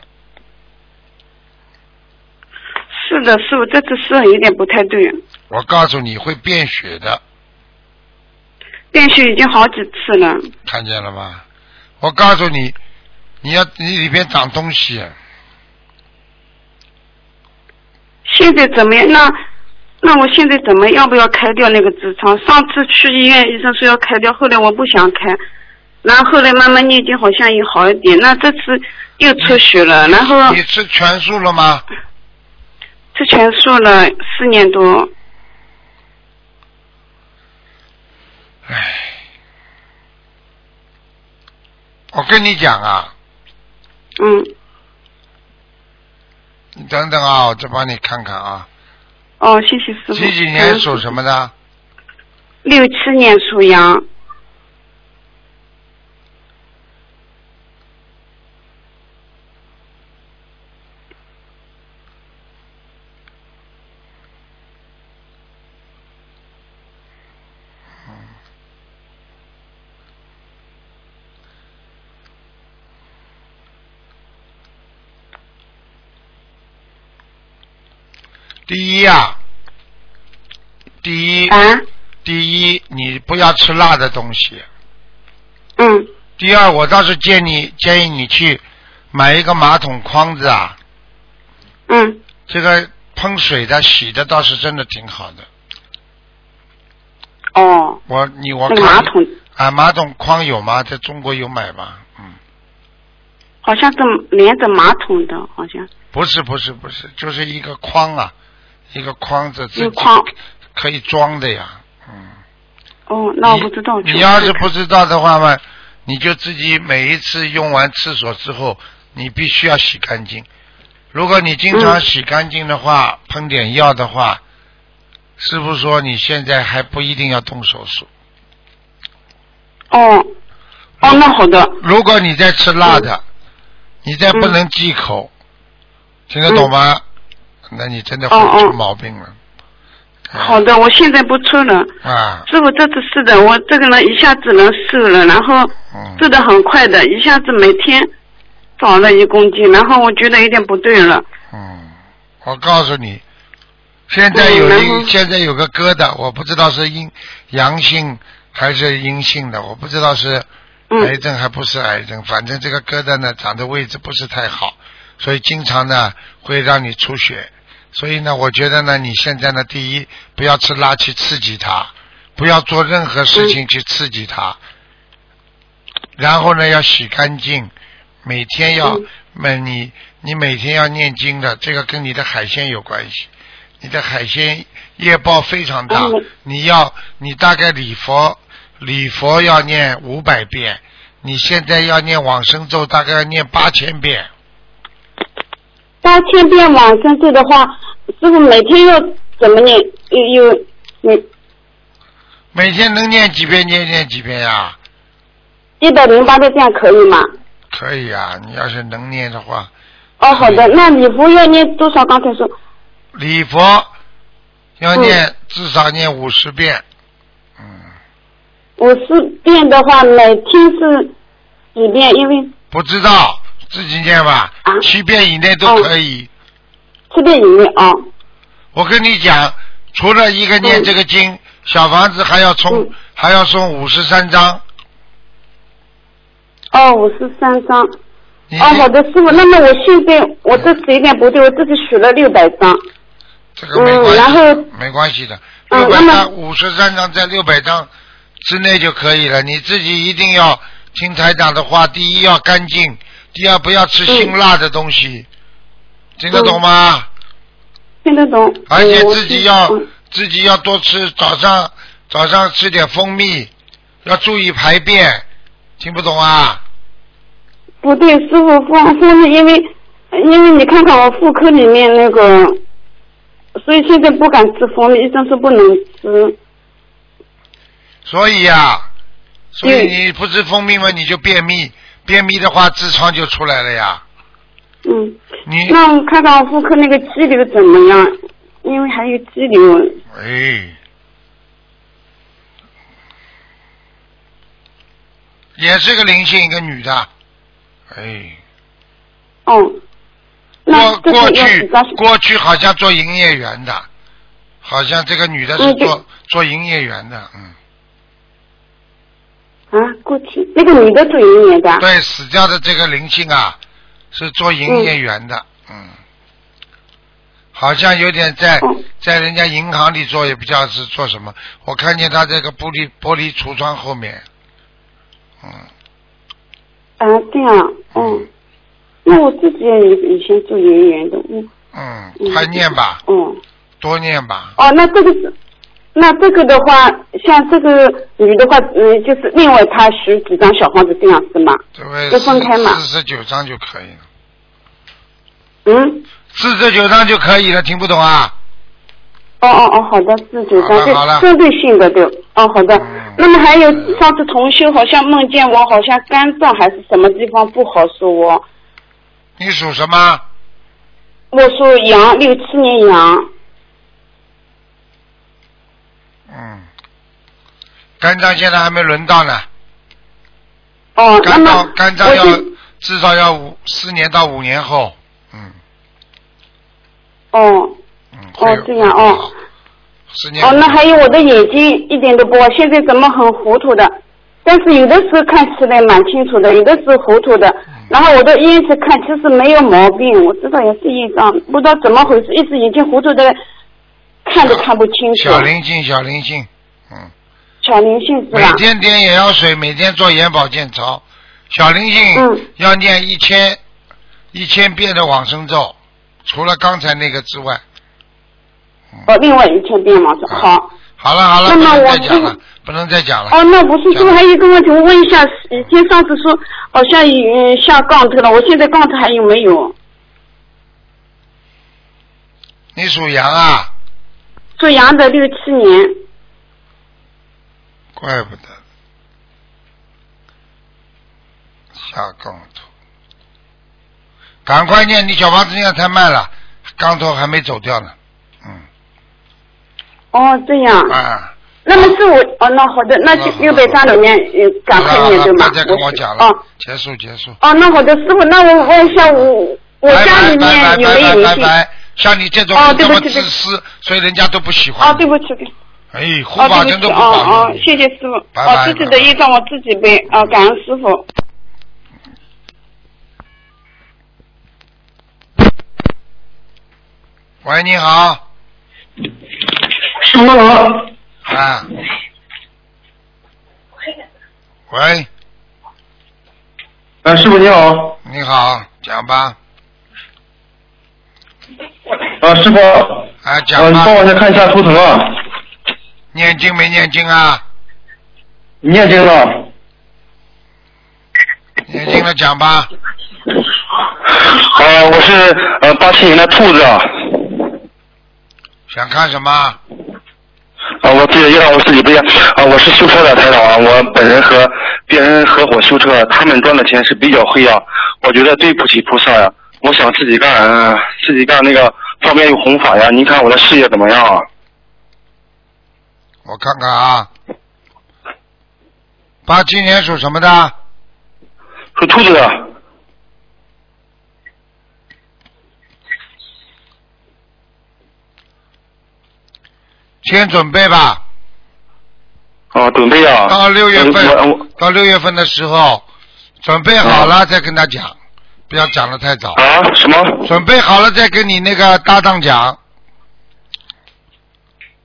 S3: 是的，师傅，这次是有点不太对，
S1: 我告诉你会变血的，
S3: 便血已经好几次了。
S1: 看见了吗？我告诉你，你要你里边长东西。啊
S3: 现在怎么样？那那我现在怎么要不要开掉那个痔疮？上次去医院，医生说要开掉，后来我不想开，然后后来慢慢念经，好像也好一点。那这次又出血了，然后
S1: 你吃全素了吗？
S3: 吃全素了四年多。
S1: 唉，我跟你讲啊，
S3: 嗯，
S1: 你等等啊，我再帮你看看啊。
S3: 哦，谢谢师傅。嗯
S8: 嗯
S1: 几几年属什么的？
S3: 六七年属羊。
S1: 第一啊，第一，
S2: 啊，
S1: 第一，你不要吃辣的东西。
S2: 嗯，
S1: 第二，我倒是建议建议你去买一个马桶框子啊，
S2: 嗯，
S1: 这个喷水的、洗的倒是真的挺好的。
S2: 哦，
S1: 我你我
S2: 那
S1: 看
S2: 马桶
S1: 啊，马桶框有吗？在中国有买吗？嗯，
S2: 好像是连着马桶的，好像
S1: 不是不是不是，就是一个框啊，一个框子自
S2: 有
S1: 己
S2: 框。
S1: 可以装的呀。嗯，
S2: 哦，那我不知道。
S1: 你
S2: 去
S1: 你要是
S2: 看
S1: 不知道的话嘛，你就自己每一次用完厕所之后，你必须要洗干净。如果你经常
S2: 嗯
S1: 洗干净的话，喷点药的话，师傅说你现在还不一定要动手术。
S2: 哦，哦，那好的，
S1: 如果你在吃辣的，
S2: 嗯
S1: 你再不能忌口，听得懂吗？那你真的
S2: 哦
S1: 会
S2: 哦
S1: 出毛病了。啊
S2: 好的，我现在不吃了。
S1: 啊，
S2: 师傅，这次是的，我这个呢一下子能瘦了，然后
S1: 嗯，
S2: 瘦的很快的，一下子每天长了一公斤，然后我觉得有点不对了。
S1: 嗯，我告诉你，现在有
S2: 嗯然
S1: 阴，
S2: 后
S1: 现在有个疙瘩，我不知道是阴阳性还是阴性的，我不知道是癌
S2: 嗯，
S1: 症还不是癌症，反正这个疙瘩呢长的位置不是太好，所以经常呢会让你出血。所以呢，我觉得呢，你现在呢，第一不要吃辣去刺激它，不要做任何事
S2: 嗯
S1: 情去刺激它。然后呢，要洗干净，每天要
S2: 嗯
S1: 每你你每天要念经的，这个跟你的海鲜有关系。你的海鲜业报非常大
S2: 哦我，
S1: 你要你大概礼佛礼佛要念五百遍，你现在要念往生咒大概要念八千遍，
S8: 八千遍往生咒的话，师傅每天要怎么念？有有，嗯，
S1: 每天能念几遍念念几遍呀、
S8: 一百零八个这样可以吗？
S1: 可以啊，你要是能念的话，
S8: 哦，好的，那礼佛要念多少？刚才说
S1: 礼佛要念、至少念五十遍，嗯，
S8: 五十遍的话，每天是几遍？因为
S1: 不知道自己念吧，
S8: 啊哦
S1: 七遍以内都可以。
S8: 七遍以内啊。
S1: 我跟你讲，除了一个念
S8: 嗯
S1: 这个经，小房子还要冲，
S8: 嗯
S1: 还要送五十三章。
S8: 哦，五十三张。
S1: 你、
S8: 哦，好的，师傅。那么我现在我这次有点不对，我这次许了六百张。
S1: 这个没关系，
S8: 嗯然后
S1: 没关系的，
S8: 嗯
S1: 六百
S8: 那么
S1: 张五十三张在六百张之内就可以了。你自己一定要听台长的话，第一要干净，第二不要
S8: 嗯
S1: 吃辛辣的东西，听得懂吗？
S8: 听得懂？
S1: 而且
S8: 嗯我
S1: 自己
S8: 是
S1: 要
S8: 嗯
S1: 自己要多吃，早上早上吃点蜂蜜，要注意排便，听不懂啊？
S8: 不对，师傅妇妇是因为，因为你看看我妇科里面那个，所以现在不敢吃蜂蜜，医生说不能吃。
S1: 所以呀、所以
S8: 嗯
S1: 你不吃蜂蜜嘛，你就便秘，便秘的话痔疮就出来了呀。
S8: 嗯，
S1: 你
S8: 那我看看我妇科那个肌瘤怎么样？因为还有肌瘤，
S1: 哎，也是个灵性，一个女的，哎，
S8: 哦，那
S1: 过过
S8: 这个要几
S1: 去
S8: 张？
S1: 过去好像做营业员的，好像这个女的是
S8: 嗯对
S1: 做、做营业员的，嗯，
S8: 啊，过去那个女的做营业的，啊
S1: 对，死掉的这个灵性啊，是做营业员的，嗯，好像有点在
S8: 哦
S1: 在人家银行里做，也不知道是做什么。我看见她这个玻璃玻璃橱窗后面，嗯，
S8: 啊，这样，哦，那我自己也以前做营业的，嗯，
S1: 嗯
S8: 嗯，
S1: 快念吧，
S8: 哦。
S1: 多念吧，
S8: 哦，那这个是，那这个的话，像这个女的话，嗯，就是另外她许几张小房子这样是吗？
S1: 这位
S8: 就分开嘛
S1: 四十九章就可以了，
S8: 嗯，
S1: 四十九章就可以了，听不懂啊？
S8: 哦哦哦，好的，四九
S1: 好了
S8: 张，
S1: 好了
S8: 对，针对性的对。哦，好的。
S1: 嗯
S8: 那么还有上次同修好像梦见我好像肝脏还是什么地方不好，说我
S1: 你属什么？
S8: 我说羊六七年羊，
S1: 嗯，肝脏现在还没轮到呢，
S8: 哦，那
S1: 肝
S8: 么
S1: 脏肝脏
S8: 我
S1: 要
S8: 就
S1: 至少要五四年到五年后，嗯，
S8: 哦，
S1: 嗯，会
S8: 哦
S1: 有，
S8: 这样哦。
S1: 时间
S8: 哦，那还有我的眼睛一点都不好，现在怎么很糊涂的？但是有的时候看起来蛮清楚的，有的时候糊涂的。
S1: 嗯
S8: 然后我到医院去看，其实没有毛病，我知道也是业障，不知道怎么回事，一直眼睛糊涂的，看都看不清楚。
S1: 小灵性，小灵性，嗯，
S8: 小灵性是
S1: 每
S8: 吧？
S1: 天点眼药水，每天做眼保健操。小灵性
S8: 嗯
S1: 要念一千一千遍的往生咒，除了刚才那个之外。
S8: 哦，另外一千遍嘛，是
S1: 啊
S8: 好。
S1: 好了好了，不
S8: 那么
S1: 能
S8: 我
S1: 再讲了
S8: 这，
S1: 不能再讲了。
S8: 哦，那不是
S1: 讲
S8: 说还有一个问题，我问一下，以前上次说好像嗯下杠头了，我现在杠头还有没有？
S1: 你属羊啊，
S8: 做羊的六七年，
S1: 怪不得下杠头，赶快念！你小房子念得太慢了，杠头还没走掉呢。嗯
S8: 哦，这样。
S1: 啊，
S8: 那么是我哦，那好的，那就
S1: 好啊
S8: 六百张里面，呃赶快
S1: 好了
S8: 念
S1: 好了，
S8: 对
S1: 不
S8: 吗
S1: 要？再跟我讲了
S8: 哦，
S1: 结束结束。
S8: 哦，那好的，师傅，那我问一下我我
S1: 拜
S8: 家里
S1: 拜
S8: 面有
S1: 拜
S8: 没有
S1: 拜
S8: 灵
S1: 拜
S8: 性？
S1: 拜！像你这种
S8: 哦
S1: 这
S8: 对不
S1: 么
S8: 起
S1: 自私，所以人家都不喜
S8: 哦
S1: 欢，
S8: 对
S1: 你。
S8: 不起，对
S1: 哎，护
S8: 哦
S1: 法
S8: 对
S1: 神
S8: 不起，
S1: 都
S8: 哦
S1: 不保
S8: 哦
S1: 佑，你。
S8: 谢谢师傅，
S1: 拜拜
S8: 哦自己的业障我自己背，哦感恩师傅。
S1: 喂，你好，
S7: Hello，
S1: 啊。喂，
S7: 呃，师傅你好，
S1: 你好，讲吧，
S7: 呃，师傅，呃，
S1: 啊，讲
S7: 你帮
S1: 吧，
S7: 我再看一下图腾啊，
S1: 念经没念经啊？
S7: 你念经了？
S1: 念经了讲吧，
S7: 呃，我是呃八七年的兔子啊，
S1: 想看什么？
S7: 啊，我自己的业障我自己背啊，我是修车的台长啊，我本人和别人合伙修车，他们赚的钱是比较黑啊，我觉得对不起菩萨呀、我想自己干、呃自己干那个方便有弘法呀，您看我的事业怎么样啊？
S1: 我看看啊，八七年属什么的？
S7: 是兔子的，
S1: 先准备吧，
S7: 啊，准备啊，
S1: 到六月
S7: 我我
S1: 份，到六月份的时候，准备好了再跟他讲，不要讲的太早。
S7: 啊什么？
S1: 准备好了再跟你那个搭档讲，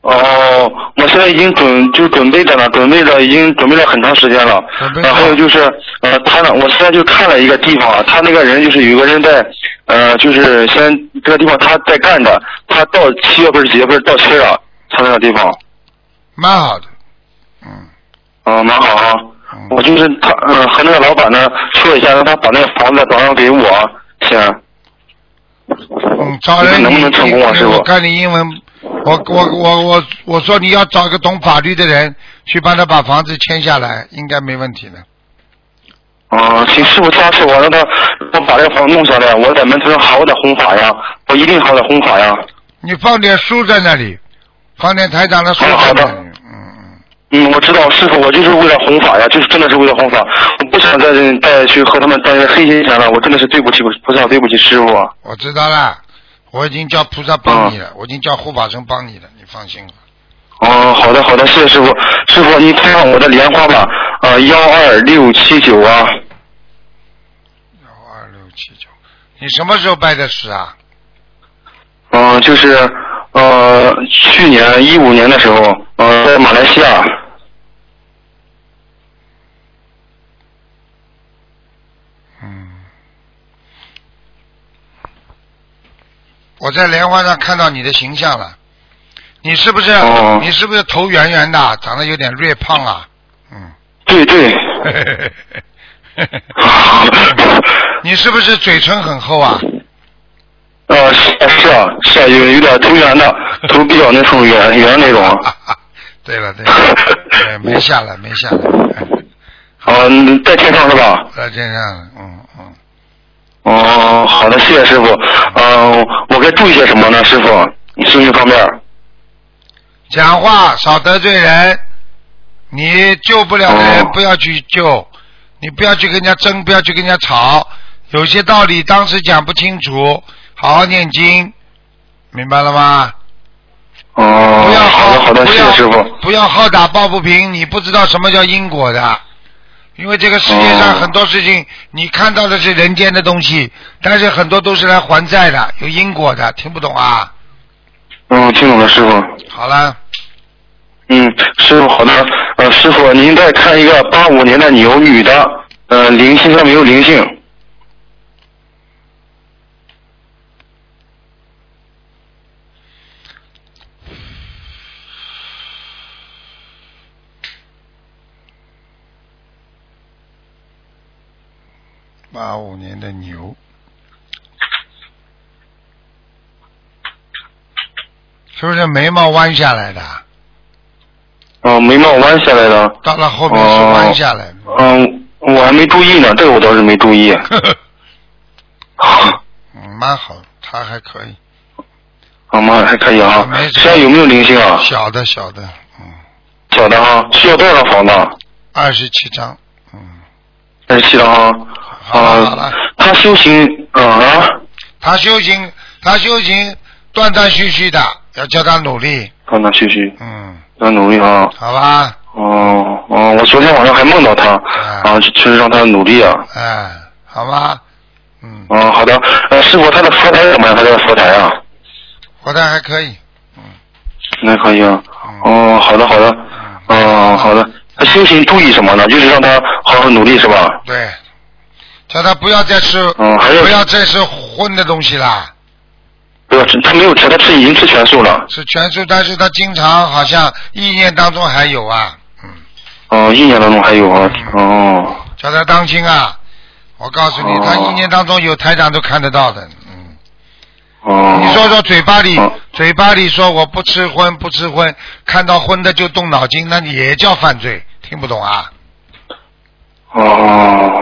S7: 哦，我现在已经准就准备着呢，准备着已经准备了很长时间了
S1: 准备。着
S7: 然后就是呃，他呢，我现在就看了一个地方，啊他那个人就是有个人在呃，就是先这个地方他在干着，他到七月份几月份到期了，他那个地方，
S1: 蛮好的，嗯
S7: 嗯、蛮好啊。
S1: 嗯。
S7: 我就是他呃和那个老板呢说一下，让他把那个房子转让给我，行。
S1: 嗯，找人
S7: 能不能成功啊，
S1: 你
S7: 师
S1: 我
S7: 傅？
S1: 看你英文，我我我我我说你要找一个懂法律的人去帮他把房子签下来，应该没问题的。
S7: 啊，请师傅加持我，让他让他把这个房子弄下来，我在门头上好好的弘法呀，我一定好好的弘法呀。
S1: 你放点书在那里，放点台长的书
S7: 嗯
S1: 在
S7: 好的
S1: 那里。嗯嗯，
S7: 嗯，我知道，师傅，我就是为了弘法呀，就是真的是为了弘法，我不想再再去和他们沾黑心钱了，我真的是对不起菩萨，对不起师傅啊。
S1: 我知道了，我已经叫菩萨帮你
S7: 嗯
S1: 了，我已经叫护法神帮你了，你放心了。
S7: 哦，好的好的，谢谢师傅，师傅您看看我的莲花吧，啊幺二六七九啊，
S1: 幺二六七九，你什么时候拜的师啊？
S7: 嗯、就是呃去年一五年的时候，呃在马来西亚，
S1: 嗯，我在莲花上看到你的形象了，你是不是、
S7: 哦
S1: 你是不是头圆圆的，长得有点略胖啊？ [laughs] 嗯，
S7: 对对，啊
S1: [laughs] 你是不是嘴唇很厚啊？ [laughs]
S7: 呃是啊是啊是啊有有点头圆的，头比较那种圆圆那种啊。
S1: 对了对了，哎没下来没下哎来，
S7: 哦，你在天上是吧？
S1: 在天上了，嗯嗯，
S7: 哦，好的，谢谢师傅。嗯、我该注意些什么呢，师傅？生意方面。
S1: 讲话少得罪人，你救不了的人
S7: 哦
S1: 不要去救，你不要去跟人家争，不要去跟人家吵，有些道理当时讲不清楚，好好念经，明白了吗？
S7: 哦，好的好的，
S1: 不
S7: 谢
S1: 要
S7: 谢师傅。
S1: 不要好打抱不平，你不知道什么叫因果的，因为这个世界上
S7: 哦
S1: 很多事情，你看到的是人间的东西，但是很多都是来还债的，有因果的，听不懂啊？
S7: 嗯，听懂了，师傅。
S1: 好了，
S7: 嗯，师傅好的，呃，师傅您再看一个八五年的牛女的，呃，灵性上没有灵性，
S1: 八五年的牛，是不是眉毛弯下来的？
S7: 哦、眉毛弯下来了，
S1: 到了后面是弯下来的。
S7: 嗯、我还没注意呢，这个我倒是没
S1: [laughs]
S7: 注意。
S1: 嗯，蛮好，他还可以。
S7: 好吗？还可以啊
S1: 没。事
S7: 现在有没有灵性啊？
S1: 小的小的，
S7: 小的哈，需要多少张房子啊？
S1: 二十七张。嗯
S7: 二十七张啊。
S1: 好了好了，
S7: 呃他修行啊啊，
S1: 他修行，他修行断断续续的，要叫他努力，
S7: 断断续续，
S1: 嗯，
S7: 要努力啊。
S1: 好吧？
S7: 哦哦，我昨天晚上还梦到他，啊，确实让他努力啊。
S1: 哎，好吧？嗯
S7: 啊，好的，呃，师傅，他的佛台怎么样？他这个佛台啊，
S1: 活得还可以，嗯
S7: 那可以啊。哦，好的，好的，哦，好的。他修行注意什么呢？就是让他好好努力，是吧？
S1: 对。叫他不要再吃，
S7: 嗯还有
S1: 不要再吃荤的东西啦，
S7: 不要吃，他没有吃，他吃已经吃全素了。
S1: 吃全素，但是他经常好像意念当中还有啊，
S7: 哦，一年当中还有啊。
S1: 嗯
S7: 哦，
S1: 叫他当心啊！我告诉你，
S7: 哦
S1: 他意念当中有台长都看得到的。
S7: 哦。
S1: 你说说嘴巴里，嘴巴里说我不吃荤不吃荤，看到荤的就动脑筋，那你也叫犯罪？听不懂啊？嗯
S7: 哦。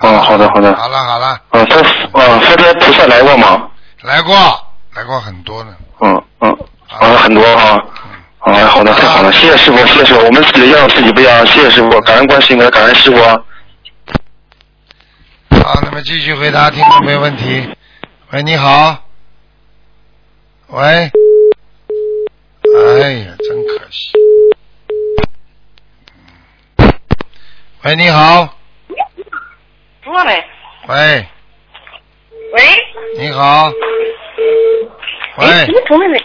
S7: 哦，好的，好的。
S1: 好了好了，
S7: 啊，他啊，佛台菩萨来过吗？
S1: 来过来过很多呢。
S7: 嗯嗯，啊，很多哈。
S1: 嗯
S7: 啊，好的，太好了，谢谢师傅，谢谢师傅，我们自己要自己背啊，谢谢师傅，感恩关心，感恩师傅啊。
S1: 好，那么继续回答听众没问题。喂，你好。喂。哎呀，真可惜。喂，你好。
S9: 坐嘞。
S1: 喂，
S9: 喂，
S1: 你好。
S9: 哎，
S1: 喂
S9: 你，哎同志们，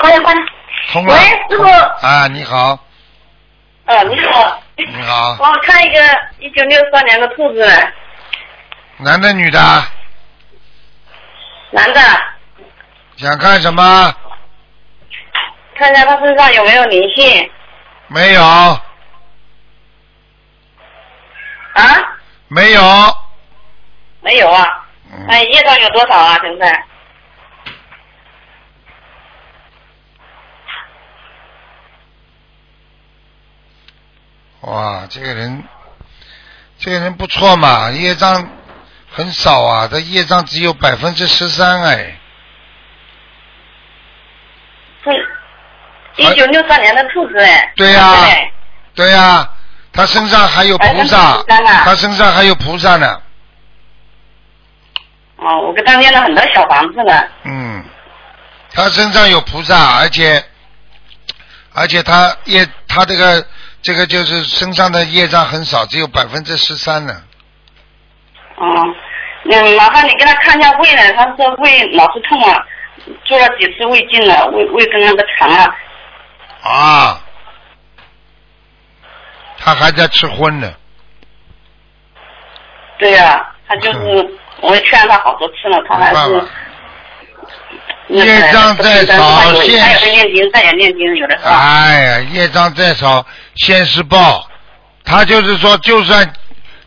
S9: 快点快点，
S1: 通了
S9: 喂。，师傅，
S1: 啊，你好，
S9: 呃，你好，
S1: 你好，
S9: 我看一个一九六三年的兔子，
S1: 男的女的，
S9: 男的，
S1: 想看什么？
S9: 看一下他身上有没有灵性
S1: 没有啊？没有，
S9: 啊哎没有啊？
S1: 嗯
S9: 哎，业障有多少啊？现在
S1: 哇，这个人，这个人不错嘛，业障很少啊，这业障只有百分之十三哎，
S9: 是一九六三年的兔子哎。
S1: 对呀、对呀、他身上还有菩萨，
S9: 13啊
S1: 他身上还有菩萨呢，
S9: 哦，我给他念了很多小房子了。
S1: 嗯，他身上有菩萨，而且而且他业他这个这个就是身上的业障很少，只有百分之十三呢。
S9: 哦，嗯，麻烦你给他看一下胃呢，他说胃老是痛啊，做了几次胃镜了，胃胃跟那个肠啊，
S1: 啊，他还在吃荤呢，
S9: 对呀、他就是我也劝他好多次了，他还
S1: 嗯没
S9: 是那个
S1: 办业障在
S9: 但是他有
S1: 少现
S9: 他有的念经，他也念经，有的时候
S1: 哎呀，业障再少，现世报。他就是说，就算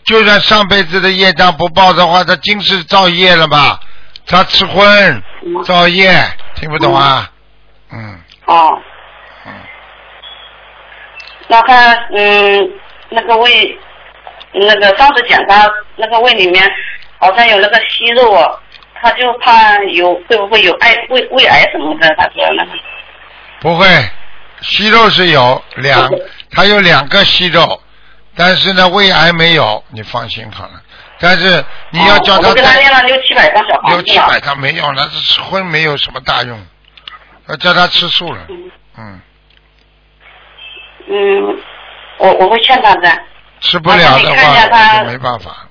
S1: 就算上辈子的业障不报的话，他今世造业了吧？他吃荤造业，听不懂啊？嗯，
S9: 哦，那他嗯那个胃那个上次讲他那个胃里面好像有那个息肉
S3: 哦
S9: 啊，他就怕有会不会有癌胃胃癌什么的，他说那个。
S1: 不会，息肉是有两，他有两个息肉，但是呢，胃癌没有，你放心好了。但是你要叫
S9: 哦我
S1: 他
S9: 给他
S1: 在
S9: 念了六七百张小
S1: 六
S9: 房子
S1: 七
S9: 了
S1: 百他没用，那是吃荤没有什么大用。要叫他吃素了。嗯，
S3: 嗯，我我会劝他的。
S1: 吃不了的
S3: 麻烦你看一下
S1: 话
S3: 他
S1: 我就没办法。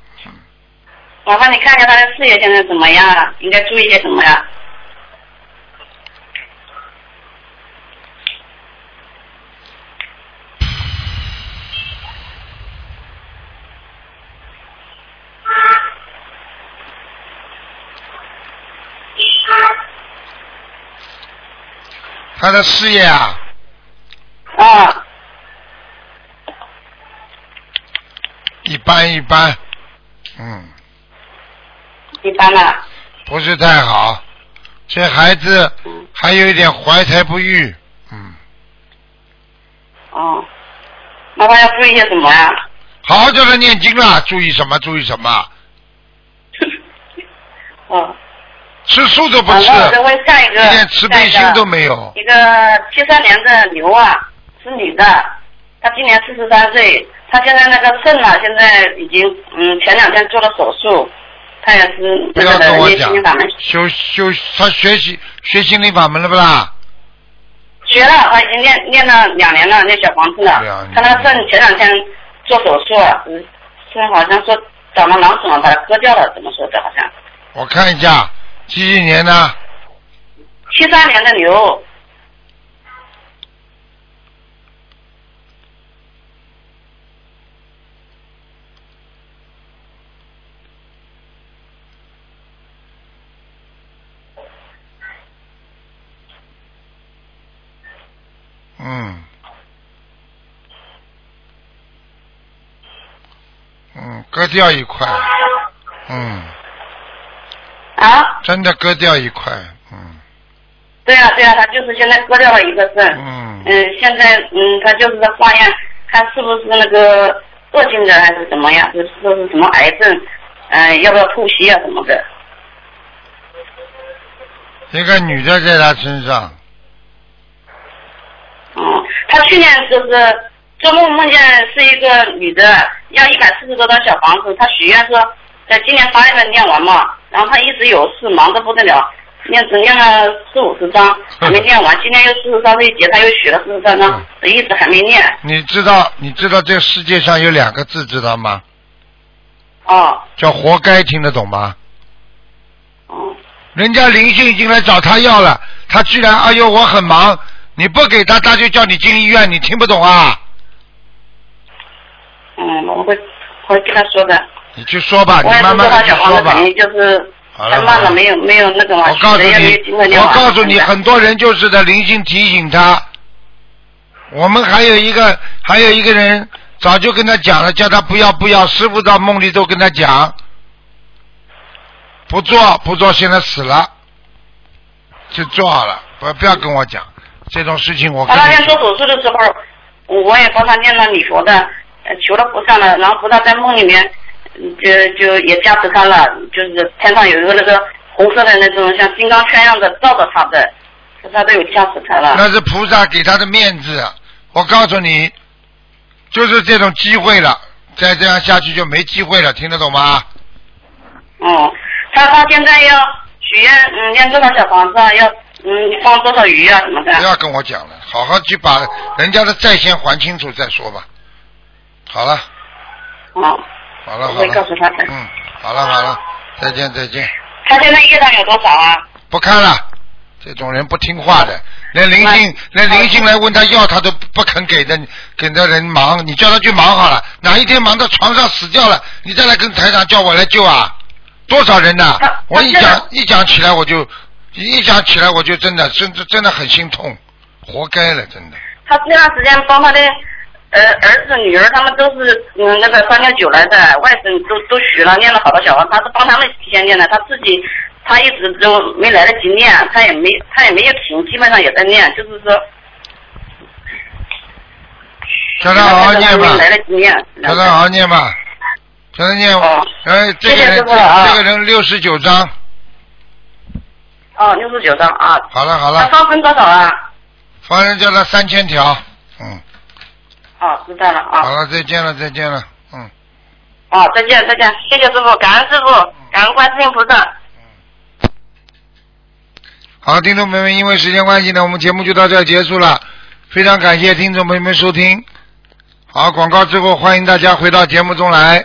S3: 麻烦你看一下他的事业现在怎么样了，应该注意些什么呀？
S1: 他的事业啊，
S3: 啊，
S1: 一般一般，嗯，
S3: 一般啊了。
S1: 不是太好。这孩子还有一点怀才不遇，嗯
S3: 哦，麻烦要注意些什么啊呀？
S1: 好好叫他念经啦，注意什么？注意什么？
S3: 哦，
S1: 吃素都不
S3: 啊
S1: 吃，
S3: 那我再问下一个
S1: 一点慈悲心都没有。
S3: 一个七三年的牛啊，是女的，她今年四十三岁，她现在那个肾啊，现在已经嗯前两天做了手术，她也是
S1: 不
S3: 那
S1: 要
S3: 个
S1: 跟
S3: 人
S1: 我
S3: 力
S1: 讲
S3: 心法门，
S1: 修修他学习学心灵法门了不啦？
S3: 学了，她已经练练了两年了，那小房子了，她那肾前两天做手术，嗯，现在好像说长了囊肿了，把它割掉了，怎么说的？好像
S1: 我看一下，几几年呢？
S3: 七三年的牛，
S1: 嗯，嗯，割掉一块，嗯，
S3: 啊，
S1: 真的割掉一块，
S3: 对呀、对呀、她就是现在割掉了一个肾，
S1: 嗯，
S3: 嗯，现在嗯，他就是在化验，看是不是那个恶性的还是怎么样，就是说是什么癌症，嗯、要不要透析啊什么的。
S1: 一个女的在他身上，
S3: 嗯，他去年就是做梦梦见是一个女的，要一百四十多张小房子，他许愿说在今年八月份念完嘛，然后他一直有事，忙得不得了，念只念了四五十张还没念完，今天又四十三岁节，他又许了四十三张，一直还没念。
S1: 你知道你知道这个世界上有两个字知道吗？
S3: 哦，
S1: 叫活该，听得懂吗？
S3: 嗯
S1: 人家灵性已经来找他要了，他居然哎呦我很忙，你不给他，他就叫你进医院，你听不懂啊？
S3: 嗯，我会我会跟他说的。
S1: 你去说吧，你
S3: 我也
S1: 慢
S3: 是
S1: 慢
S3: 做
S1: 跟
S3: 好
S1: 他
S3: 小
S1: 说
S3: 房子，
S1: 吧
S3: 肯。定就是
S1: 好了
S3: 太慢
S1: 好了
S3: 了，没有没有那个嘛，
S1: 我告诉
S3: 许的也
S1: 你
S3: 没有经过，念
S1: 我
S3: 完
S1: 告诉你，
S3: 现在
S1: 很多人就是的，灵性提醒他。我们还有一个，还有一个人早就跟他讲了，叫他不要不要，师傅到梦里都跟他讲，不做不做，现在死了，就做好了，不不要跟我讲这种事情，我
S3: 他
S1: 跟
S3: 那
S1: 你
S3: 天
S1: 说
S3: 做手术的时候，我我也帮他念了礼佛的，呃求了菩萨了，然后菩萨在梦里面嗯就就也加持他了，就是天上有一个那个红色的那种像金刚圈一样的罩着他的，菩萨都有加持他了。
S1: 那是菩萨给他的面子。我告诉你，就是这种机会了，再这样下去就没机会了，听得懂吗？
S3: 嗯，他他现在要许愿，嗯，念多少小房子啊，要嗯放多少鱼啊什么的。
S1: [laughs] 不要跟我讲了，好好去把人家的债先还清楚再说吧。好了，
S3: 哦，
S1: 好了，好
S3: 我会告
S1: 了，
S3: 诉他的。
S1: 嗯，好了，好了，再见，再见。
S3: 他现在业障有多少啊？
S1: 不看了，这种人不听话的，连灵性连灵性来问他要，他都不肯给的，给的人忙，你叫他去忙好了，哪一天忙到床上死掉了，你再来跟台长叫我来救啊？多少人呐、我一讲一讲起来我就一讲起来我就真的真真的很心痛，活该了，真的。
S3: 他这段时间帮他的呃儿子、女儿，他们都是嗯那个三六九来的，外甥都都许了，念了好多小房，他是帮他们提前念的，他自己他一直都没来得及念，他也没他也没有停，基本上也在念，就是说
S1: 叫他好好念吧。
S3: 没来得及念。
S1: 叫他好好念吧，叫他念。哎，这个
S3: 哦谢谢师
S1: 人，
S3: 傅啊
S1: 这个人六十九章，
S3: 哦，六十九张啊。
S1: 好了好
S3: 他
S1: 了，
S3: 放生多少啊？
S1: 反正叫他三千条。嗯，
S3: 哦，知道了啊。
S1: 好了，再见了，再见了。嗯
S3: 哦，再见再见，谢谢师傅，感恩师傅，感恩观世音菩萨。
S1: 好，听众朋友们，因为时间关系呢，我们节目就到这儿结束了。非常感谢听众朋友们收听。好，广告之后欢迎大家回到节目中来。